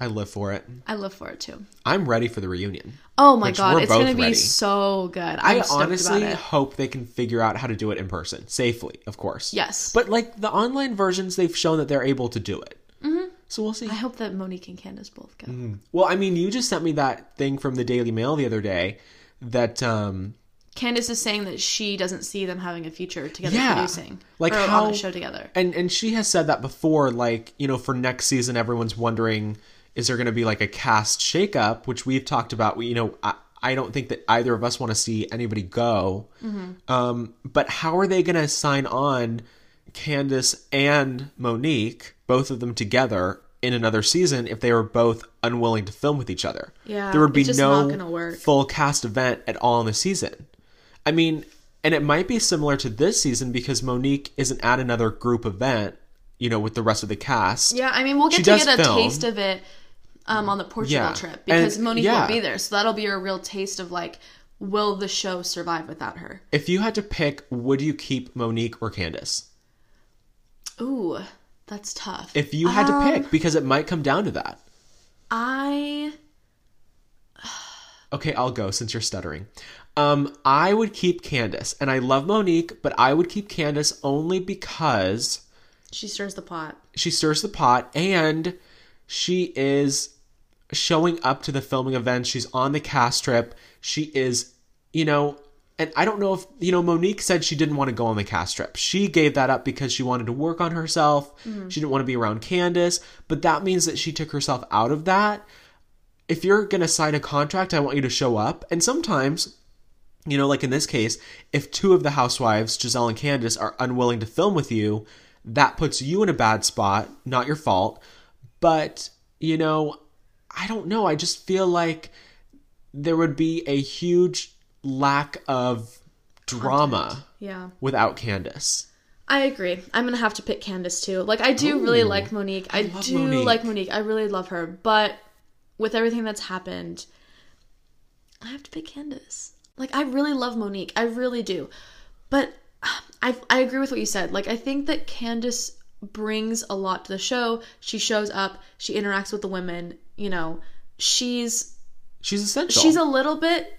[SPEAKER 2] I live for it.
[SPEAKER 1] I live for it too.
[SPEAKER 2] I'm ready for the reunion.
[SPEAKER 1] Oh my
[SPEAKER 2] Which
[SPEAKER 1] god,
[SPEAKER 2] we're
[SPEAKER 1] it's gonna
[SPEAKER 2] both
[SPEAKER 1] be
[SPEAKER 2] ready.
[SPEAKER 1] so good. I'm
[SPEAKER 2] i
[SPEAKER 1] stoked
[SPEAKER 2] honestly
[SPEAKER 1] about it.
[SPEAKER 2] hope they can figure out how to do it in person safely, of course.
[SPEAKER 1] Yes.
[SPEAKER 2] But like the online versions, they've shown that they're able to do it. Mm-hmm. So we'll see.
[SPEAKER 1] I hope that Monique and Candace both go.
[SPEAKER 2] Well, I mean, you just sent me that thing from the Daily Mail the other day that um
[SPEAKER 1] Candace is saying that she doesn't see them having a future together
[SPEAKER 2] Yeah.
[SPEAKER 1] producing.
[SPEAKER 2] Like
[SPEAKER 1] or on
[SPEAKER 2] how-
[SPEAKER 1] a show together.
[SPEAKER 2] and and she has said that before like you know for next season everyone's wondering is there going to be like a cast shakeup which we've talked about we you know i, I don't think that either of us want to see anybody go
[SPEAKER 1] Mm-hmm.
[SPEAKER 2] um but how are they going to sign on candace and monique both of them together in another season if they were both unwilling to film with each other
[SPEAKER 1] Yeah,
[SPEAKER 2] there would be
[SPEAKER 1] it's just
[SPEAKER 2] no
[SPEAKER 1] not gonna work.
[SPEAKER 2] full cast event at all in the season I mean, and it might be similar to this season because Monique isn't at another group event, you know, with the rest of the cast.
[SPEAKER 1] Yeah, I mean we'll get
[SPEAKER 2] She
[SPEAKER 1] to
[SPEAKER 2] does
[SPEAKER 1] get a
[SPEAKER 2] film.
[SPEAKER 1] taste of it um, on the Portugal
[SPEAKER 2] Yeah.
[SPEAKER 1] trip because
[SPEAKER 2] And-
[SPEAKER 1] Monique
[SPEAKER 2] yeah.
[SPEAKER 1] won't be there, so that'll be a real taste of like, will the show survive without her?
[SPEAKER 2] If you had to pick, would you keep Monique or Candace?
[SPEAKER 1] Ooh, that's tough.
[SPEAKER 2] If you had to pick, because it might come down to that.
[SPEAKER 1] I
[SPEAKER 2] Okay, I'll go since you're stuttering. Um, I would keep Candace, and I love Monique, but I would keep Candace only because
[SPEAKER 1] she stirs the pot.
[SPEAKER 2] she stirs the pot and she is showing up to the filming events. She's on the cast trip. She is, you know, And I don't know if, you know, Monique said she didn't want to go on the cast trip. She gave that up because she wanted to work on herself. She didn't want to be around Candace, but that means that she took herself out of that. If you're going to sign a contract, I want you to show up. And sometimes, you know, like in this case, if two of the housewives, Giselle and Candace, are unwilling to film with you, that puts you in a bad spot, not your fault. But, you know, I don't know. I just feel like there would be a huge lack of drama
[SPEAKER 1] Yeah.
[SPEAKER 2] without Candace.
[SPEAKER 1] I agree. I'm gonna have to pick Candace too. Like I do really like Monique. I,
[SPEAKER 2] love
[SPEAKER 1] do
[SPEAKER 2] Monique.
[SPEAKER 1] like Monique. I really love her. But with everything that's happened, I have to pick Candace. Like I really love Monique. I really do. But ah, I I agree with what you said. Like I think that Candace brings a lot to the show. She shows up. She interacts with the women. You know, she's
[SPEAKER 2] She's essential.
[SPEAKER 1] she's a little bit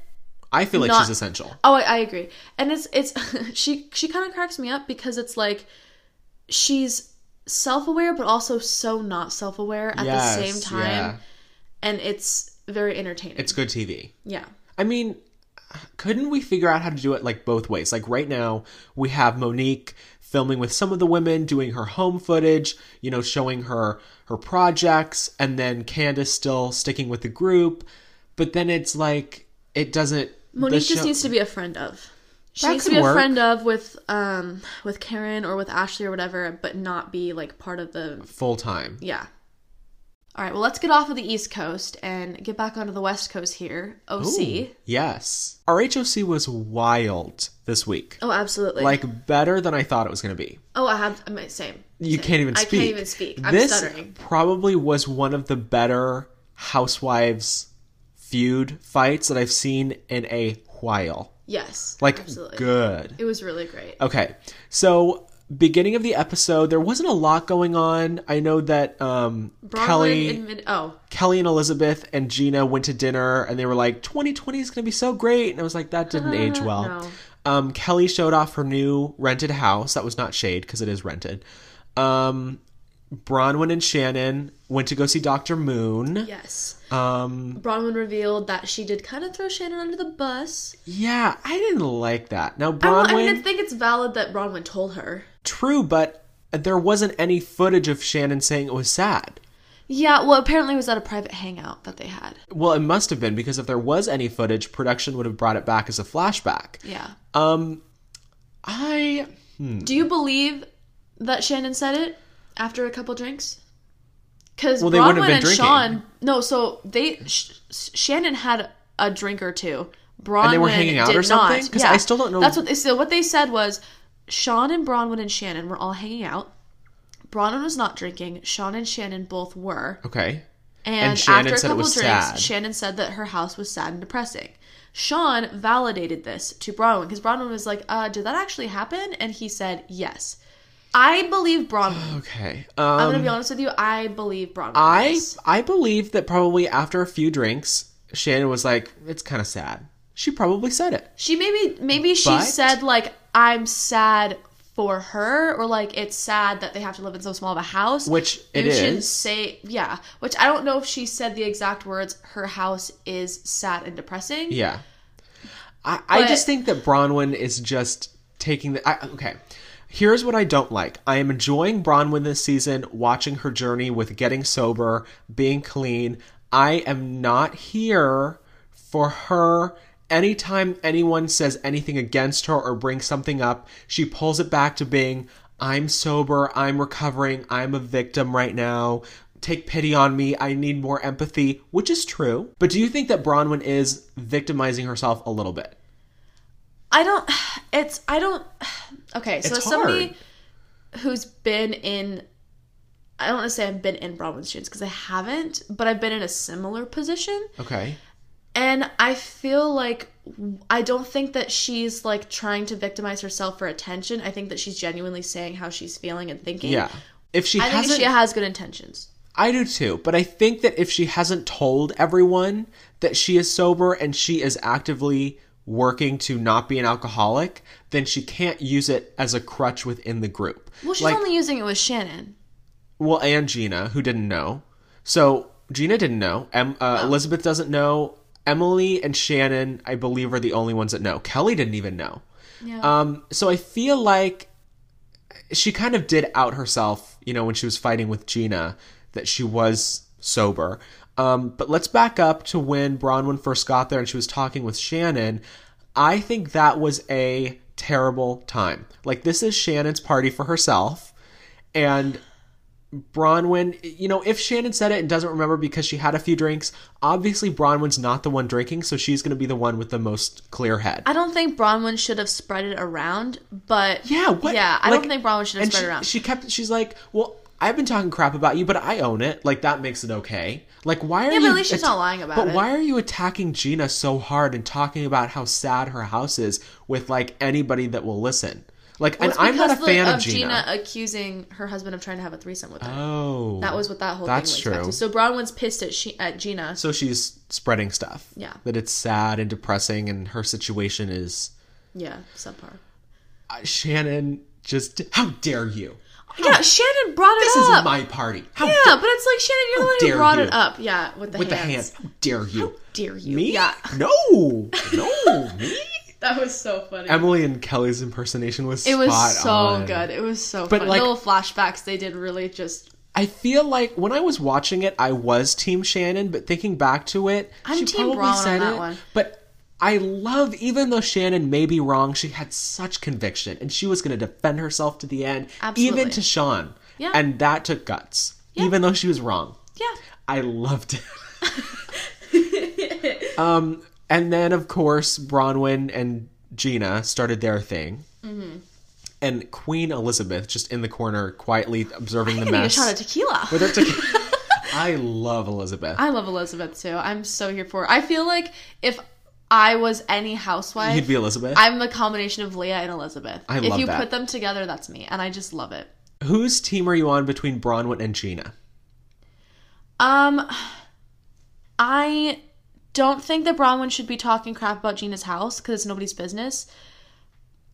[SPEAKER 2] I feel like
[SPEAKER 1] not-
[SPEAKER 2] she's essential.
[SPEAKER 1] Oh, I, I agree. And it's it's she she kind of cracks me up because it's like she's self-aware but also so not self-aware at
[SPEAKER 2] Yes,
[SPEAKER 1] the same time
[SPEAKER 2] yeah.
[SPEAKER 1] and it's very entertaining.
[SPEAKER 2] It's good TV.
[SPEAKER 1] yeah.
[SPEAKER 2] I mean, couldn't we figure out how to do it like both ways? Like right now, we have Monique filming with some of the women, doing her home footage, you know, showing her her projects, and then Candace still sticking with the group. But then it's like it doesn't. the
[SPEAKER 1] Monique just
[SPEAKER 2] show-
[SPEAKER 1] needs to be a friend of. She
[SPEAKER 2] That
[SPEAKER 1] needs to
[SPEAKER 2] could
[SPEAKER 1] be
[SPEAKER 2] work.
[SPEAKER 1] a friend of with um with Karen or with Ashley or whatever, but not be like part of the
[SPEAKER 2] full time.
[SPEAKER 1] yeah. All right, well, let's get off of the East Coast and get back onto the West Coast here. OC.
[SPEAKER 2] Yes, our HOC was wild this week.
[SPEAKER 1] Oh, absolutely.
[SPEAKER 2] Like better than I thought it was going to be.
[SPEAKER 1] oh, I have I mean, same.
[SPEAKER 2] You can't even
[SPEAKER 1] I
[SPEAKER 2] speak.
[SPEAKER 1] can't even speak. I'm
[SPEAKER 2] this
[SPEAKER 1] stuttering.
[SPEAKER 2] probably was one of the better housewives feud fights that I've seen in a while.
[SPEAKER 1] Yes.
[SPEAKER 2] Like
[SPEAKER 1] absolutely.
[SPEAKER 2] good.
[SPEAKER 1] It was really great.
[SPEAKER 2] Okay. So beginning of the episode, there wasn't a lot going on. I know that um
[SPEAKER 1] Bronwyn
[SPEAKER 2] Kelly
[SPEAKER 1] admitted- oh,
[SPEAKER 2] Kelly and Elizabeth and Gina went to dinner and they were like, 2020 is going to be so great. And I was like, that didn't age well.
[SPEAKER 1] no.
[SPEAKER 2] Um, Kelly showed off her new rented house. That was not shade because it is rented. Um, Bronwyn and Shannon went to go see Dr. Moon.
[SPEAKER 1] yes.
[SPEAKER 2] Um,
[SPEAKER 1] Bronwyn revealed that she did kind of throw Shannon under the bus.
[SPEAKER 2] yeah, I didn't like that. Now,
[SPEAKER 1] I,
[SPEAKER 2] Bronwyn,
[SPEAKER 1] don't- I mean, I think it's valid that Bronwyn told her.
[SPEAKER 2] true, but there wasn't any footage of Shannon saying it was sad.
[SPEAKER 1] Yeah, well, apparently it was at a private hangout that they had.
[SPEAKER 2] Well, it must have been because if there was any footage, production would have brought it back as a flashback.
[SPEAKER 1] Yeah.
[SPEAKER 2] Um, I Mm.
[SPEAKER 1] Do you believe that Shannon said it after a couple drinks? Because
[SPEAKER 2] Well, they wouldn't
[SPEAKER 1] Bronwyn
[SPEAKER 2] have been
[SPEAKER 1] and
[SPEAKER 2] drinking.
[SPEAKER 1] Sean, no, so they sh- sh- Shannon had a drink or two. Bronwyn
[SPEAKER 2] they were hanging out
[SPEAKER 1] did
[SPEAKER 2] or something?
[SPEAKER 1] not.
[SPEAKER 2] 'Cause
[SPEAKER 1] Yeah.
[SPEAKER 2] I still don't know-
[SPEAKER 1] That's what they so what they said was Sean and Bronwyn and Shannon were all hanging out. Bronwyn was not drinking. Sean and Shannon both were.
[SPEAKER 2] okay.
[SPEAKER 1] And,
[SPEAKER 2] Shannon
[SPEAKER 1] after a
[SPEAKER 2] said it
[SPEAKER 1] couple
[SPEAKER 2] was
[SPEAKER 1] drinks,
[SPEAKER 2] sad.
[SPEAKER 1] Shannon said that her house was sad and depressing. Sean validated this to Bronwyn because Bronwyn was like, uh, did that actually happen? And he said, yes. I believe Bronwyn.
[SPEAKER 2] Okay.
[SPEAKER 1] I'm
[SPEAKER 2] Um,
[SPEAKER 1] going to be honest with you. I believe Bronwyn. on
[SPEAKER 2] I
[SPEAKER 1] this.
[SPEAKER 2] I believe that probably after a few drinks, Shannon was like, "It's kind of sad." She probably said it.
[SPEAKER 1] She maybe, maybe she
[SPEAKER 2] But-
[SPEAKER 1] said, like, I'm sad for her or like it's sad that they have to live in so small of a house
[SPEAKER 2] Which it
[SPEAKER 1] Maybe she didn't
[SPEAKER 2] is.
[SPEAKER 1] say yeah which i don't know if she said the exact words her house is sad and depressing
[SPEAKER 2] Yeah. I, I
[SPEAKER 1] But-
[SPEAKER 2] just think that Bronwyn is just taking the. I, okay. Here's what I don't like. I am enjoying Bronwyn this season, watching her journey with getting sober, being clean. I am not here for her. Anytime anyone says anything against her or brings something up, she pulls it back to being, I'm sober, I'm recovering, I'm a victim right now. Take pity on me. I need more empathy, which is true. But do you think that Bronwyn is victimizing herself a little bit?
[SPEAKER 1] I don't. It's I don't. Okay, so
[SPEAKER 2] It's
[SPEAKER 1] as somebody
[SPEAKER 2] hard.
[SPEAKER 1] who's been in, I don't want to say I've been in Bronwyn's shoes because I haven't, but I've been in a similar position,
[SPEAKER 2] Okay.
[SPEAKER 1] and I feel like I don't think that she's like trying to victimize herself for attention. I think that she's genuinely saying how she's feeling and thinking.
[SPEAKER 2] Yeah. If she
[SPEAKER 1] I think
[SPEAKER 2] hasn't,
[SPEAKER 1] she has good intentions.
[SPEAKER 2] I do too. But I think that if she hasn't told everyone that she is sober and she is actively working to not be an alcoholic, then she can't use it as a crutch within the group.
[SPEAKER 1] Well, she's
[SPEAKER 2] Like-
[SPEAKER 1] only using it with Shannon.
[SPEAKER 2] Well, and Gina, who didn't know. So Gina didn't know. Em, uh, Elizabeth doesn't know. Emily and Shannon, I believe, are the only ones that know. Kelly didn't even know.
[SPEAKER 1] Yeah.
[SPEAKER 2] Um, so I feel like she kind of did out herself, you know, when she was fighting with Gina, that she was sober. Um, but let's back up to when Bronwyn first got there and she was talking with Shannon. I think that was a terrible time. Like, this is Shannon's party for herself. And Bronwyn, you know, if Shannon said it and doesn't remember because she had a few drinks, obviously Bronwyn's not the one drinking, so she's going to be the one with the most clear head.
[SPEAKER 1] I don't think Bronwyn should have spread it around, but
[SPEAKER 2] Yeah, what?
[SPEAKER 1] yeah, I
[SPEAKER 2] Like-
[SPEAKER 1] don't think Bronwyn should have
[SPEAKER 2] and
[SPEAKER 1] spread
[SPEAKER 2] she,
[SPEAKER 1] it around.
[SPEAKER 2] she kept. She's like, well, I've been talking crap about you, but I own it. Like that makes it okay. Like why are
[SPEAKER 1] yeah,
[SPEAKER 2] you?
[SPEAKER 1] but at least she's
[SPEAKER 2] it's-
[SPEAKER 1] not lying about
[SPEAKER 2] But
[SPEAKER 1] it.
[SPEAKER 2] why are you attacking Gina so hard and talking about how sad her house is with like anybody that will listen? Like,
[SPEAKER 1] Well,
[SPEAKER 2] and
[SPEAKER 1] it's
[SPEAKER 2] I'm not a
[SPEAKER 1] because, like,
[SPEAKER 2] fan
[SPEAKER 1] of
[SPEAKER 2] Gina.
[SPEAKER 1] Gina accusing her husband of trying to have a threesome with her.
[SPEAKER 2] Oh,
[SPEAKER 1] That was what that whole
[SPEAKER 2] that's
[SPEAKER 1] thing went back
[SPEAKER 2] true.
[SPEAKER 1] to. So Bronwyn's pissed at she at Gina.
[SPEAKER 2] So she's spreading stuff.
[SPEAKER 1] Yeah.
[SPEAKER 2] that it's sad and depressing, and her situation is
[SPEAKER 1] yeah, subpar.
[SPEAKER 2] uh, Shannon. Just how dare you?
[SPEAKER 1] Yeah, Shannon brought it
[SPEAKER 2] This
[SPEAKER 1] up.
[SPEAKER 2] isn't my party. How
[SPEAKER 1] yeah, but it's like Shannon, you're the one who
[SPEAKER 2] dare
[SPEAKER 1] brought
[SPEAKER 2] you.
[SPEAKER 1] it up. Yeah, with the
[SPEAKER 2] with
[SPEAKER 1] hands.
[SPEAKER 2] the hand. How dare you?
[SPEAKER 1] Dear you.
[SPEAKER 2] Me?
[SPEAKER 1] Yeah,
[SPEAKER 2] No, no, me.
[SPEAKER 1] that was so funny.
[SPEAKER 2] Emily and Kelly's impersonation was
[SPEAKER 1] it was
[SPEAKER 2] spot
[SPEAKER 1] so
[SPEAKER 2] on.
[SPEAKER 1] good. It was so
[SPEAKER 2] But,
[SPEAKER 1] funny.
[SPEAKER 2] like-
[SPEAKER 1] Little flashbacks they did really just.
[SPEAKER 2] I feel like when I was watching it, I was Team Shannon, but thinking back to it,
[SPEAKER 1] I'm
[SPEAKER 2] she
[SPEAKER 1] team
[SPEAKER 2] probably
[SPEAKER 1] Braun on
[SPEAKER 2] said
[SPEAKER 1] that
[SPEAKER 2] it.
[SPEAKER 1] one.
[SPEAKER 2] But I love, even though Shannon may be wrong, she had such conviction, and she was going to defend herself to the end, even
[SPEAKER 1] Absolutely.
[SPEAKER 2] to Sean.
[SPEAKER 1] Yeah.
[SPEAKER 2] And that took guts,
[SPEAKER 1] Yeah.
[SPEAKER 2] even though she was wrong.
[SPEAKER 1] Yeah.
[SPEAKER 2] I loved it. um, and then of course Bronwyn and Gina started their thing,
[SPEAKER 1] Mm-hmm.
[SPEAKER 2] and Queen Elizabeth just in the corner quietly observing the
[SPEAKER 1] I need a
[SPEAKER 2] mess.
[SPEAKER 1] shot of tequila.
[SPEAKER 2] With her tequila. I love Elizabeth.
[SPEAKER 1] I love Elizabeth too. I'm so here for. Her. I feel like if I was any housewife,
[SPEAKER 2] You'd be Elizabeth.
[SPEAKER 1] I'm a combination of Leah and Elizabeth.
[SPEAKER 2] I
[SPEAKER 1] if
[SPEAKER 2] love
[SPEAKER 1] you
[SPEAKER 2] that.
[SPEAKER 1] put them together, that's me, and I just love it.
[SPEAKER 2] Whose team are you on between Bronwyn and Gina?
[SPEAKER 1] Um, I don't think that Bronwyn should be talking crap about Gina's house because it's nobody's business.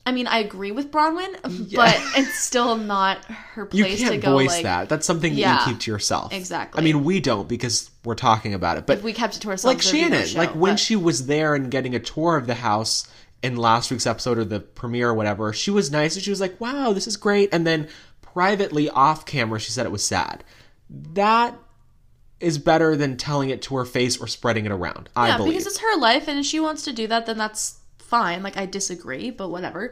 [SPEAKER 1] I mean, I agree with Bronwyn, but it's still not her
[SPEAKER 2] You
[SPEAKER 1] place to
[SPEAKER 2] can't
[SPEAKER 1] go
[SPEAKER 2] voice
[SPEAKER 1] like.
[SPEAKER 2] that. That's something
[SPEAKER 1] Yeah.
[SPEAKER 2] that you keep to yourself.
[SPEAKER 1] Exactly.
[SPEAKER 2] I mean, we don't because we're talking about it, but
[SPEAKER 1] If we kept it to ourselves,
[SPEAKER 2] like
[SPEAKER 1] there'd be no
[SPEAKER 2] Shannon,
[SPEAKER 1] show,
[SPEAKER 2] like when
[SPEAKER 1] but-
[SPEAKER 2] she was there and getting a tour of the house in last week's episode or the premiere or whatever, she was nice and she was like, "Wow, this is great." And then privately off camera, she said it was sad. That is better than telling it to her face or spreading it around. I
[SPEAKER 1] yeah,
[SPEAKER 2] believe.
[SPEAKER 1] because it's her life, and if she wants to do that, then that's fine. Like I disagree, but whatever.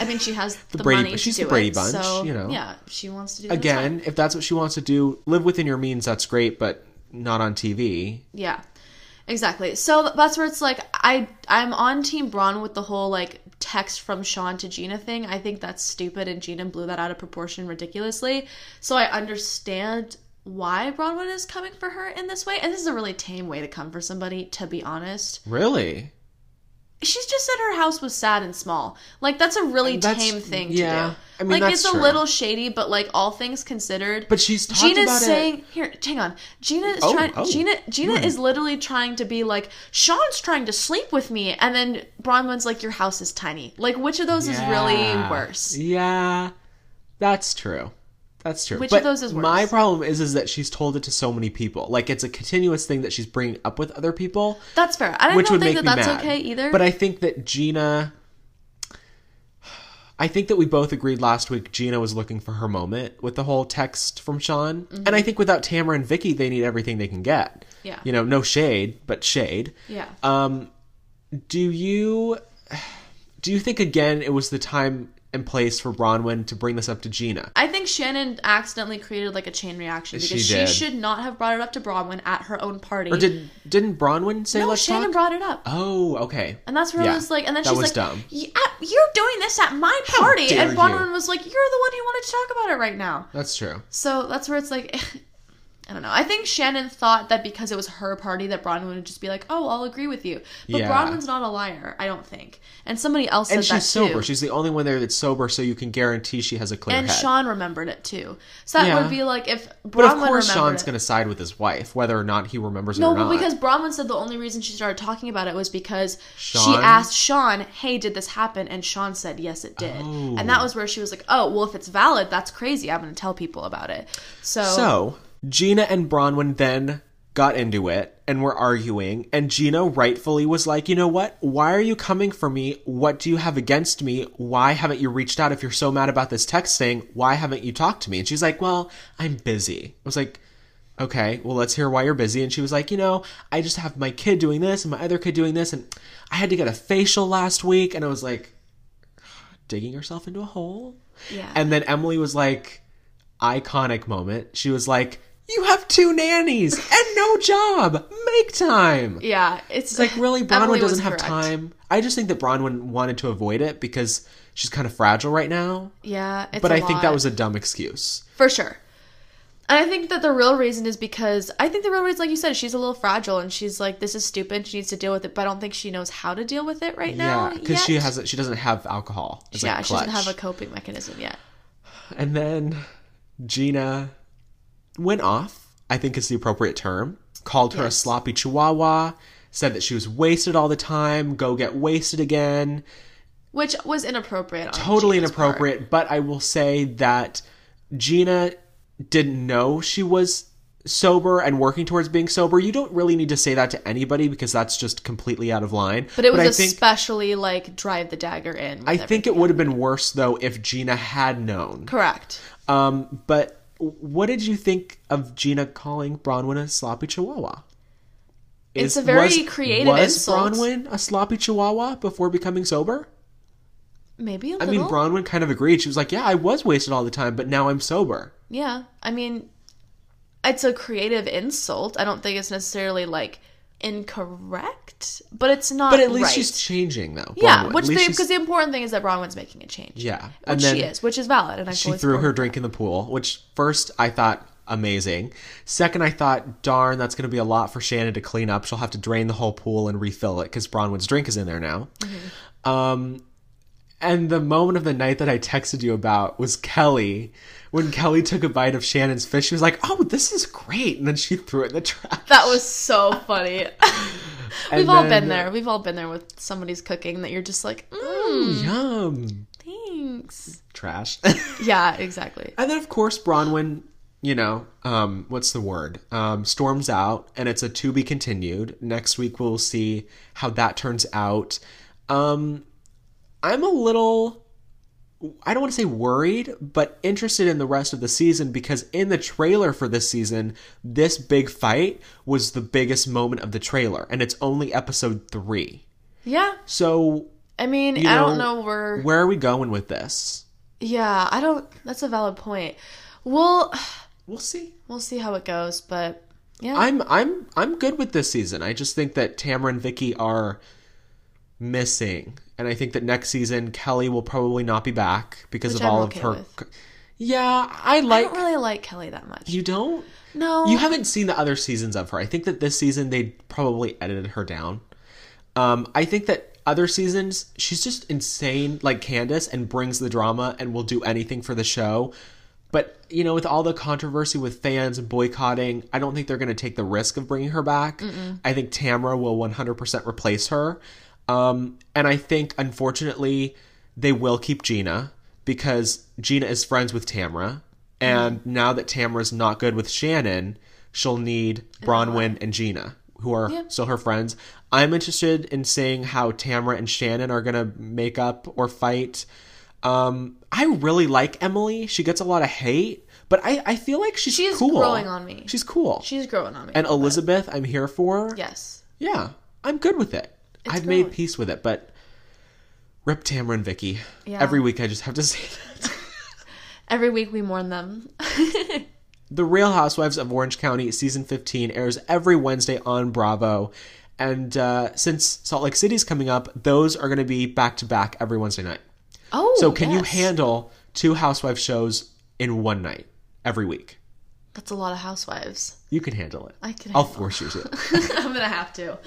[SPEAKER 1] I mean, she has the,
[SPEAKER 2] Brady-
[SPEAKER 1] money.
[SPEAKER 2] she's
[SPEAKER 1] to
[SPEAKER 2] the
[SPEAKER 1] do
[SPEAKER 2] Brady
[SPEAKER 1] it,
[SPEAKER 2] Bunch,
[SPEAKER 1] so,
[SPEAKER 2] you know.
[SPEAKER 1] Yeah, if she wants to do that, that's fine.
[SPEAKER 2] Again, if that's what she wants to do, live within your means. That's great, but not on TV.
[SPEAKER 1] Yeah, exactly. So that's where it's like I I'm on Team Braun with the whole like text from Sean to Gina thing. I think that's stupid, and Gina blew that out of proportion ridiculously. So I understand why Bronwyn is coming for her in this way, and this is a really tame way to come for somebody. To be honest,
[SPEAKER 2] Really?
[SPEAKER 1] she's just said her house was sad and small. Like that's a really
[SPEAKER 2] That's-
[SPEAKER 1] tame thing
[SPEAKER 2] yeah.
[SPEAKER 1] to do.
[SPEAKER 2] I mean,
[SPEAKER 1] like
[SPEAKER 2] that's
[SPEAKER 1] it's a
[SPEAKER 2] true.
[SPEAKER 1] little shady, but like all things considered,
[SPEAKER 2] But she's talked
[SPEAKER 1] Gina's
[SPEAKER 2] about
[SPEAKER 1] saying
[SPEAKER 2] it.
[SPEAKER 1] here, hang on. Gina is
[SPEAKER 2] Oh,
[SPEAKER 1] trying
[SPEAKER 2] oh.
[SPEAKER 1] Gina Gina is literally trying to be like, Sean's trying to sleep with me and then Bronwyn's like, Your house is tiny. Like which of those is really
[SPEAKER 2] Yeah.
[SPEAKER 1] worse?
[SPEAKER 2] Yeah, that's true. That's true.
[SPEAKER 1] Which
[SPEAKER 2] But
[SPEAKER 1] of those is worse?
[SPEAKER 2] My problem is, is that she's told it to so many people. Like it's a continuous thing that she's bringing up with other people,
[SPEAKER 1] That's fair. I
[SPEAKER 2] which
[SPEAKER 1] don't
[SPEAKER 2] would
[SPEAKER 1] think
[SPEAKER 2] make
[SPEAKER 1] that
[SPEAKER 2] me
[SPEAKER 1] that's
[SPEAKER 2] mad.
[SPEAKER 1] okay either.
[SPEAKER 2] But I think that Gina. I think that we both agreed last week Gina was looking for her moment with the whole text from Sean. And I think without Tamara and Vicky, they need everything they can get.
[SPEAKER 1] Mm-hmm. Yeah.
[SPEAKER 2] You know, no shade, but shade.
[SPEAKER 1] yeah.
[SPEAKER 2] Um, do you do you think again it was the time and place for Bronwyn to bring this up to Gina?
[SPEAKER 1] I think Shannon accidentally created like a chain reaction
[SPEAKER 2] She
[SPEAKER 1] because she,
[SPEAKER 2] did.
[SPEAKER 1] should not have brought it up to Bronwyn at her own party.
[SPEAKER 2] Or did didn't Bronwyn say
[SPEAKER 1] no,
[SPEAKER 2] let's
[SPEAKER 1] Shannon
[SPEAKER 2] talk?
[SPEAKER 1] brought it up.
[SPEAKER 2] oh, okay.
[SPEAKER 1] And that's where
[SPEAKER 2] Yeah,
[SPEAKER 1] I was like, and then
[SPEAKER 2] that
[SPEAKER 1] she's
[SPEAKER 2] was
[SPEAKER 1] like,
[SPEAKER 2] dumb.
[SPEAKER 1] "Y- at- "You're doing this at my party,"
[SPEAKER 2] dare
[SPEAKER 1] and Bronwyn
[SPEAKER 2] you.
[SPEAKER 1] was like, "You're the one who wanted to talk about it right now."
[SPEAKER 2] That's true.
[SPEAKER 1] So that's where it's like, I don't know. I think Shannon thought that because it was her party that Bronwyn would just be like, "Oh, I'll agree with you." But
[SPEAKER 2] Yeah.
[SPEAKER 1] Bronwyn's not a liar, I don't think. And somebody else said
[SPEAKER 2] And
[SPEAKER 1] that
[SPEAKER 2] she's sober.
[SPEAKER 1] too.
[SPEAKER 2] She's the only one there that's sober, so you can guarantee she has a clear
[SPEAKER 1] and
[SPEAKER 2] head.
[SPEAKER 1] Sean remembered it too. So that
[SPEAKER 2] Yeah.
[SPEAKER 1] would be like if Bronwyn
[SPEAKER 2] but of course,
[SPEAKER 1] remembered
[SPEAKER 2] Sean's
[SPEAKER 1] it.
[SPEAKER 2] going to side with his wife, whether or not he remembers it
[SPEAKER 1] No,
[SPEAKER 2] or not.
[SPEAKER 1] but because Bronwyn said the only reason she started talking about it was because she
[SPEAKER 2] Sean?
[SPEAKER 1] asked Sean, "Hey, did this happen?" And Sean said, "Yes, it did." And that was where she was like, "Oh, well, if it's valid, that's crazy. I'm going to tell people about it." So,
[SPEAKER 2] so Gina and Bronwyn then got into it and were arguing and Gino rightfully was like, "You know what? Why are you coming for me? What do you have against me? Why haven't you reached out if you're so mad about this text thing? Why haven't you talked to me?" And she's like, "Well, I'm busy." I was like, "Okay, well, let's hear why you're busy." And she was like, "You know, I just have my kid doing this and my other kid doing this and I had to get a facial last week." And I was like, digging herself into a hole.
[SPEAKER 1] Yeah.
[SPEAKER 2] And then Emily was like, iconic moment. She was like, You have two nannies and no job. Make time.
[SPEAKER 1] yeah, it's,
[SPEAKER 2] Like, really,
[SPEAKER 1] Emily
[SPEAKER 2] Bronwyn
[SPEAKER 1] was
[SPEAKER 2] doesn't have
[SPEAKER 1] correct.
[SPEAKER 2] time. I just think that Bronwyn wanted to avoid it because she's kind of fragile right now.
[SPEAKER 1] Yeah, it's
[SPEAKER 2] But
[SPEAKER 1] I
[SPEAKER 2] I think that was a dumb excuse.
[SPEAKER 1] for sure. And I think that the real reason is because I think the real reason, like you said, she's a little fragile and she's like, this is stupid. She needs to deal with it, but I don't think she knows how to deal with it right now.
[SPEAKER 2] yeah, because she
[SPEAKER 1] yet.
[SPEAKER 2] hasn't. She doesn't have alcohol. It's
[SPEAKER 1] yeah,
[SPEAKER 2] like
[SPEAKER 1] she doesn't
[SPEAKER 2] clutch.
[SPEAKER 1] have a coping mechanism yet.
[SPEAKER 2] And then Gina went off, I think is the appropriate term, called her a
[SPEAKER 1] Yes.
[SPEAKER 2] sloppy chihuahua, said that she was wasted all the time, go get wasted again.
[SPEAKER 1] Which was inappropriate. on
[SPEAKER 2] Totally
[SPEAKER 1] Gina's part.
[SPEAKER 2] inappropriate, but I will say that Gina didn't know she was sober and working towards being sober. You don't really need to say that to anybody because that's just completely out of line.
[SPEAKER 1] But it was
[SPEAKER 2] I think
[SPEAKER 1] especially like drive the dagger in. with
[SPEAKER 2] I
[SPEAKER 1] everything.
[SPEAKER 2] think it would have been worse though if Gina had known.
[SPEAKER 1] correct.
[SPEAKER 2] Um, but what did you think of Gina calling Bronwyn a sloppy chihuahua?
[SPEAKER 1] It's a very creative
[SPEAKER 2] was
[SPEAKER 1] insult.
[SPEAKER 2] Bronwyn a sloppy chihuahua before becoming sober?
[SPEAKER 1] Maybe a
[SPEAKER 2] I
[SPEAKER 1] little.
[SPEAKER 2] mean, Bronwyn kind of agreed. She was like, "Yeah, I was wasted all the time, but now I'm sober."
[SPEAKER 1] yeah, I mean, it's a creative insult. I don't think it's necessarily like incorrect, but it's not.
[SPEAKER 2] But at least
[SPEAKER 1] right.
[SPEAKER 2] she's changing, though.
[SPEAKER 1] yeah.
[SPEAKER 2] Bronwyn. At
[SPEAKER 1] Which
[SPEAKER 2] least
[SPEAKER 1] because
[SPEAKER 2] she's-
[SPEAKER 1] the important thing is that Bronwyn's making a change.
[SPEAKER 2] yeah,
[SPEAKER 1] Which
[SPEAKER 2] and then
[SPEAKER 1] she is, which is valid, and I
[SPEAKER 2] she
[SPEAKER 1] fully
[SPEAKER 2] threw
[SPEAKER 1] support
[SPEAKER 2] her drink in the pool. Which first I thought amazing. Second, I thought, "Darn, that's going to be a lot for Shannon to clean up. She'll have to drain the whole pool and refill it because Bronwyn's drink is in there now."
[SPEAKER 1] Mm-hmm.
[SPEAKER 2] Um, And the moment of the night that I texted you about was Kelly. When Kelly took a bite of Shannon's fish, she was like, "Oh, this is great!" And then she threw it in the trash.
[SPEAKER 1] That was so funny. We've
[SPEAKER 2] And
[SPEAKER 1] all
[SPEAKER 2] then-
[SPEAKER 1] been there. We've all been there with somebody's cooking that you're just like, mm,
[SPEAKER 2] Yum,
[SPEAKER 1] thanks.
[SPEAKER 2] trash.
[SPEAKER 1] Yeah, exactly.
[SPEAKER 2] and then, of course, Bronwyn, you know, um, what's the word? Um, storms out, and it's a to be continued. Next week, we'll see how that turns out. Um, I'm a little, I don't want to say worried, but interested in the rest of the season because in the trailer for this season, this big fight was the biggest moment of the trailer, and it's only episode three.
[SPEAKER 1] Yeah.
[SPEAKER 2] So,
[SPEAKER 1] I mean,
[SPEAKER 2] you
[SPEAKER 1] I don't
[SPEAKER 2] know,
[SPEAKER 1] know where
[SPEAKER 2] where are we going with this?
[SPEAKER 1] Yeah, I don't. That's a valid point. We'll
[SPEAKER 2] We'll see.
[SPEAKER 1] we'll see how it goes, but yeah,
[SPEAKER 2] I'm I'm I'm good with this season. I just think that Tamara and Vicky are missing, and I think that next season Kelly will probably not be back because
[SPEAKER 1] Which
[SPEAKER 2] of all
[SPEAKER 1] I'm
[SPEAKER 2] of
[SPEAKER 1] okay
[SPEAKER 2] her.
[SPEAKER 1] with.
[SPEAKER 2] Yeah, I
[SPEAKER 1] I
[SPEAKER 2] like
[SPEAKER 1] don't really like Kelly that much.
[SPEAKER 2] you. Don't
[SPEAKER 1] no,
[SPEAKER 2] you haven't seen the other seasons of her? I think that this season they probably edited her down. Um, I think that other seasons she's just insane, like Candace, and brings the drama and will do anything for the show. But you know, with all the controversy with fans and boycotting, I don't think they're going to take the risk of bringing her back. I think Tamra will 100% replace her, um, and I think unfortunately they will keep Gina because Gina is friends with Tamra, and now that Tamra's not good with Shannon, she'll need Bronwyn and Gina, who are
[SPEAKER 1] Yeah.
[SPEAKER 2] still her friends. I'm interested in seeing how Tamra and Shannon are gonna make up or fight. Um, I really like Emily. She gets a lot of hate, but I, I feel like she's
[SPEAKER 1] She's
[SPEAKER 2] cool.
[SPEAKER 1] growing on me.
[SPEAKER 2] She's cool.
[SPEAKER 1] she's growing on me.
[SPEAKER 2] and Elizabeth, I'm here for.
[SPEAKER 1] yes,
[SPEAKER 2] Yeah, I'm good with it. I've made
[SPEAKER 1] growing.
[SPEAKER 2] peace with it, but rip Tamra and Vicky.
[SPEAKER 1] Yeah.
[SPEAKER 2] Every week I just have to say that.
[SPEAKER 1] every week we mourn them.
[SPEAKER 2] The Real Housewives of Orange County season 15 airs every Wednesday on Bravo. And uh, since Salt Lake City's coming up, those are going to be back to back every Wednesday night.
[SPEAKER 1] oh,
[SPEAKER 2] So, can you
[SPEAKER 1] yes.
[SPEAKER 2] handle two housewife shows in one night every week?
[SPEAKER 1] That's a lot of housewives.
[SPEAKER 2] You can handle it.
[SPEAKER 1] I can
[SPEAKER 2] I'll
[SPEAKER 1] handle
[SPEAKER 2] force you to.
[SPEAKER 1] I'm gonna have to.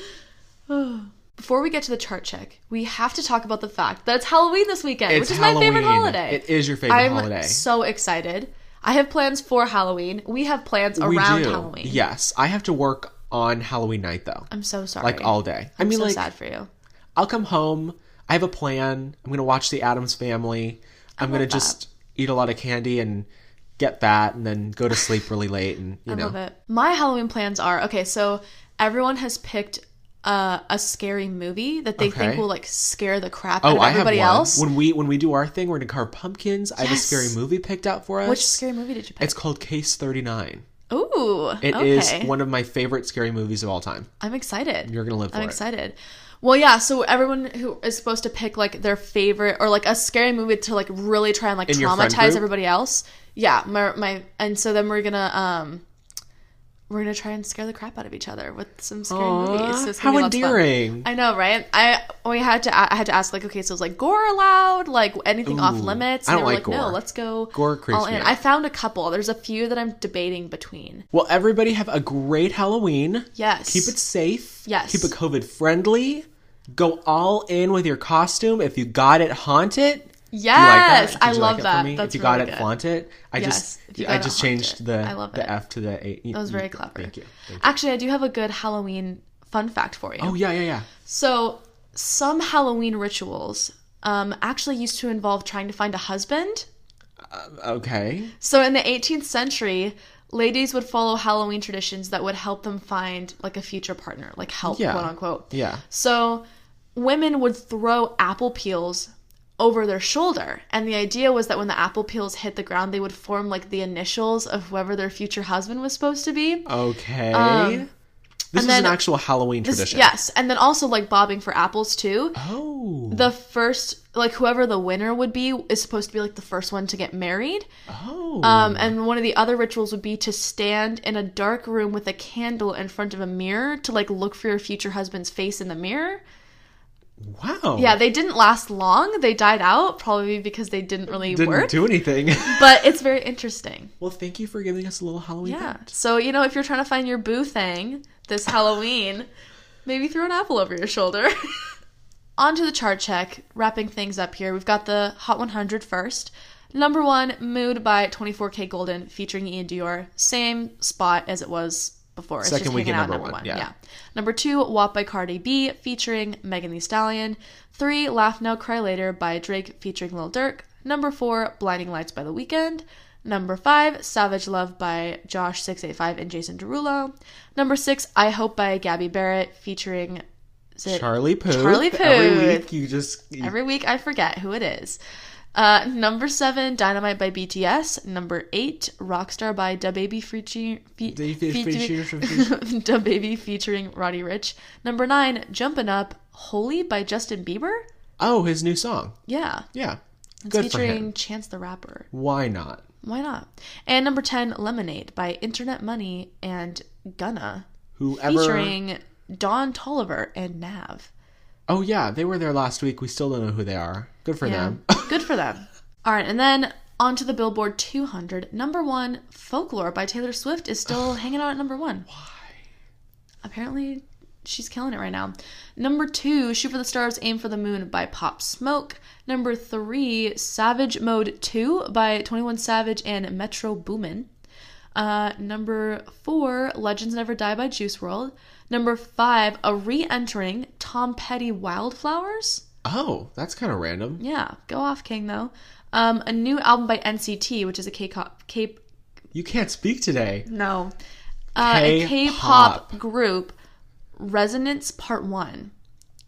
[SPEAKER 1] Before we get to the chart check, we have to talk about the fact that it's Halloween this weekend,
[SPEAKER 2] It's
[SPEAKER 1] which is my
[SPEAKER 2] Halloween.
[SPEAKER 1] favorite holiday.
[SPEAKER 2] It is your favorite
[SPEAKER 1] I'm
[SPEAKER 2] holiday.
[SPEAKER 1] so excited. I have plans for Halloween. We have plans around Halloween.
[SPEAKER 2] Yes. I have to work on Halloween night, though,
[SPEAKER 1] I'm so sorry.
[SPEAKER 2] like all day. I
[SPEAKER 1] I'm
[SPEAKER 2] mean,
[SPEAKER 1] so
[SPEAKER 2] like,
[SPEAKER 1] sad for you.
[SPEAKER 2] I'll come home. I have a plan. I'm going to watch The Adams Family. I'm going to
[SPEAKER 1] love that.
[SPEAKER 2] just eat a lot of candy and get that and then go to sleep really late and you
[SPEAKER 1] I
[SPEAKER 2] know
[SPEAKER 1] love it. My Halloween plans are okay. So everyone has picked uh, a scary movie that they
[SPEAKER 2] Okay.
[SPEAKER 1] think will like scare the crap out
[SPEAKER 2] Oh,
[SPEAKER 1] of
[SPEAKER 2] I have one.
[SPEAKER 1] everybody else.
[SPEAKER 2] When we when we do our thing, we're gonna carve pumpkins. I have a
[SPEAKER 1] Yes.
[SPEAKER 2] scary movie picked out for us.
[SPEAKER 1] Which scary movie did you pick?
[SPEAKER 2] It's called Case Thirty Nine.
[SPEAKER 1] Ooh,
[SPEAKER 2] It
[SPEAKER 1] okay.
[SPEAKER 2] is one of my favorite scary movies of all time.
[SPEAKER 1] I'm excited.
[SPEAKER 2] You're gonna live for
[SPEAKER 1] I'm
[SPEAKER 2] it.
[SPEAKER 1] excited. Well, yeah. So everyone who is supposed to pick like their favorite or like a scary movie to like really try and like
[SPEAKER 2] In your friend
[SPEAKER 1] traumatize
[SPEAKER 2] group?
[SPEAKER 1] everybody else. Yeah, my my and so then we're gonna um we're gonna try and scare the crap out of each other with some scary
[SPEAKER 2] Aw,
[SPEAKER 1] movies. So it's gonna
[SPEAKER 2] how
[SPEAKER 1] be lots of fun.
[SPEAKER 2] endearing!
[SPEAKER 1] I know, right? I we had to I had to ask like, okay, so it's like gore allowed, like anything off
[SPEAKER 2] Ooh,
[SPEAKER 1] limits.
[SPEAKER 2] I
[SPEAKER 1] And
[SPEAKER 2] don't
[SPEAKER 1] they were
[SPEAKER 2] like
[SPEAKER 1] No,
[SPEAKER 2] gore.
[SPEAKER 1] let's go
[SPEAKER 2] Gore creeps
[SPEAKER 1] all
[SPEAKER 2] me
[SPEAKER 1] in.
[SPEAKER 2] out.
[SPEAKER 1] I found a couple. There's a few that I'm debating between.
[SPEAKER 2] Well, everybody have a great Halloween.
[SPEAKER 1] Yes.
[SPEAKER 2] Keep it safe.
[SPEAKER 1] Yes.
[SPEAKER 2] Keep it COVID friendly. Go all in with your costume. If you got it, haunt it. Do you like that?
[SPEAKER 1] Yes,
[SPEAKER 2] Did
[SPEAKER 1] I
[SPEAKER 2] you
[SPEAKER 1] love
[SPEAKER 2] like it for
[SPEAKER 1] that.
[SPEAKER 2] me?
[SPEAKER 1] That's
[SPEAKER 2] if you
[SPEAKER 1] really
[SPEAKER 2] got it,
[SPEAKER 1] good.
[SPEAKER 2] flaunt it. I
[SPEAKER 1] Yes, if
[SPEAKER 2] just
[SPEAKER 1] you
[SPEAKER 2] I
[SPEAKER 1] got it,
[SPEAKER 2] just
[SPEAKER 1] flaunt
[SPEAKER 2] changed
[SPEAKER 1] it.
[SPEAKER 2] the
[SPEAKER 1] I love it.
[SPEAKER 2] the F to the A.
[SPEAKER 1] That was very clever.
[SPEAKER 2] Mm, Thank you. Thank you.
[SPEAKER 1] Actually, I do have a good Halloween fun fact for you.
[SPEAKER 2] Oh yeah, yeah, yeah.
[SPEAKER 1] So, some Halloween rituals um, actually used to involve trying to find a husband.
[SPEAKER 2] Okay.
[SPEAKER 1] So, in the 18th century, ladies would follow Halloween traditions that would help them find like a future partner, like help,
[SPEAKER 2] Yeah.
[SPEAKER 1] quote unquote.
[SPEAKER 2] Yeah.
[SPEAKER 1] So, women would throw apple peels over their shoulder, and the idea was that when the apple peels hit the ground, they would form like the initials of whoever their future husband was supposed to be.
[SPEAKER 2] Okay. this is
[SPEAKER 1] Um, then-
[SPEAKER 2] an actual Halloween
[SPEAKER 1] This-
[SPEAKER 2] tradition.
[SPEAKER 1] Yes, and then also like bobbing for apples too.
[SPEAKER 2] Oh.
[SPEAKER 1] The first, like whoever the winner would be, is supposed to be like the first one to get married.
[SPEAKER 2] oh.
[SPEAKER 1] Um, and one of the other rituals would be to stand in a dark room with a candle in front of a mirror to like look for your future husband's face in the mirror.
[SPEAKER 2] wow.
[SPEAKER 1] Yeah, they didn't last long. They died out probably because they didn't really
[SPEAKER 2] Didn't
[SPEAKER 1] work.
[SPEAKER 2] do anything.
[SPEAKER 1] but it's very interesting.
[SPEAKER 2] well, thank you for giving us a little Halloween.
[SPEAKER 1] Yeah.
[SPEAKER 2] fact.
[SPEAKER 1] So you know, if you're trying to find your boo thing this Halloween, maybe throw an apple over your shoulder. On to the chart check, wrapping things up here. We've got the Hot 100 first. Number one, Mood by 24K Golden featuring Ian Dior. Same spot as it was before. It's
[SPEAKER 2] Second
[SPEAKER 1] just
[SPEAKER 2] week
[SPEAKER 1] hanging
[SPEAKER 2] at
[SPEAKER 1] out
[SPEAKER 2] number
[SPEAKER 1] at
[SPEAKER 2] one, yeah.
[SPEAKER 1] Number two, WAP by Cardi B featuring Megan Thee Stallion. Three, Laugh Now Cry Later by Drake featuring Lil Durk. Number four, Blinding Lights by The Weeknd. Number five, Savage Love by Josh685 and Jason Derulo. Number six, I Hope by Gabby Barrett featuring is it-
[SPEAKER 2] Charlie Puth.
[SPEAKER 1] Charlie
[SPEAKER 2] Every
[SPEAKER 1] Puth.
[SPEAKER 2] week you just you-
[SPEAKER 1] Every week I forget who it is. Uh, number seven, Dynamite by BTS. Number eight, Rockstar by Da Baby featuring fe-
[SPEAKER 2] Da Baby
[SPEAKER 1] featuring-
[SPEAKER 2] featuring-
[SPEAKER 1] Da Baby featuring Roddy Rich. Number nine, Jumpin' Up, Holy by Justin Bieber.
[SPEAKER 2] Oh, his new song.
[SPEAKER 1] Yeah,
[SPEAKER 2] Yeah.
[SPEAKER 1] it's
[SPEAKER 2] Good for
[SPEAKER 1] featuring
[SPEAKER 2] him.
[SPEAKER 1] Chance the Rapper.
[SPEAKER 2] Why not?
[SPEAKER 1] Why not? And number ten, Lemonade by Internet Money and Gunna,
[SPEAKER 2] Whoever.
[SPEAKER 1] featuring Don Tolliver and Nav.
[SPEAKER 2] Oh yeah, they were there last week. We still don't know who they are. Good for
[SPEAKER 1] Yeah.
[SPEAKER 2] them.
[SPEAKER 1] Good for them. All right, and then on to the Billboard 200. Number one, Folklore by Taylor Swift is still hanging out at number one. Why? Apparently, she's killing it right now. Number two, Shoot for the Stars, Aim for the Moon by Pop Smoke. Number three, Savage Mode 2 by 21 Savage and Metro Boomin. Uh, number four, Legends Never Die by Juice World. Number five, a re-entering Tom Petty Wildflowers.
[SPEAKER 2] oh, that's kind of random.
[SPEAKER 1] Yeah, go off, King. Though, um, a new album by NCT, which is a K-pop, K,
[SPEAKER 2] You can't speak today.
[SPEAKER 1] no, uh, a
[SPEAKER 2] K-pop.
[SPEAKER 1] K-pop group, Resonance Part One,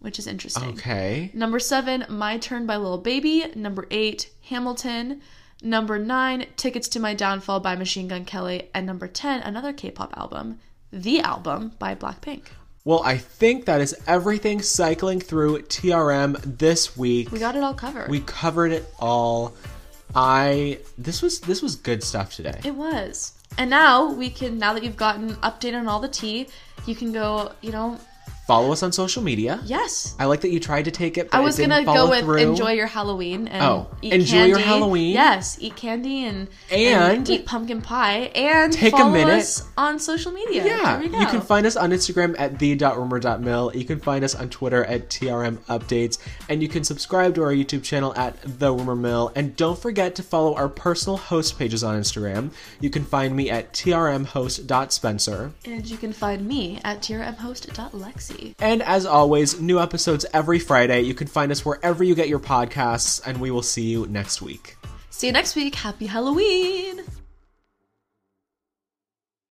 [SPEAKER 1] which is interesting.
[SPEAKER 2] Okay.
[SPEAKER 1] Number seven, My Turn by Lil Baby. Number eight, Hamilton. Number nine, Tickets to My Downfall by Machine Gun Kelly. And number ten, another K-pop album, The Album by Blackpink.
[SPEAKER 2] Well, I think that is everything cycling through TRM this week.
[SPEAKER 1] We got it all covered.
[SPEAKER 2] We covered it all. I this was this was good stuff today.
[SPEAKER 1] It was. And now we can. Now that you've gotten updated on all the tea, you can go. You know,
[SPEAKER 2] Follow us on social media.
[SPEAKER 1] Yes.
[SPEAKER 2] I like that you tried to take it. But
[SPEAKER 1] I was
[SPEAKER 2] going to
[SPEAKER 1] gonna go with enjoy your Halloween and
[SPEAKER 2] Oh,
[SPEAKER 1] eat
[SPEAKER 2] enjoy your
[SPEAKER 1] candy.
[SPEAKER 2] Halloween.
[SPEAKER 1] Yes, eat candy and
[SPEAKER 2] And-
[SPEAKER 1] eat pumpkin pie and
[SPEAKER 2] Take a
[SPEAKER 1] follow
[SPEAKER 2] minute.
[SPEAKER 1] us on social media.
[SPEAKER 2] Yeah,
[SPEAKER 1] There we go.
[SPEAKER 2] you can find us on Instagram at the.rumor.mill. You can find us on Twitter at TRM Updates. And you can subscribe to our YouTube channel at The Rumor Mill. And don't forget to follow our personal host pages on Instagram. You can find me at trmhost.spencer.
[SPEAKER 1] and you can find me at trmhost.lexi.
[SPEAKER 2] And as always, new episodes every Friday. You can find us wherever you get your podcasts. And we will see you next week.
[SPEAKER 1] See you next week. Happy Halloween.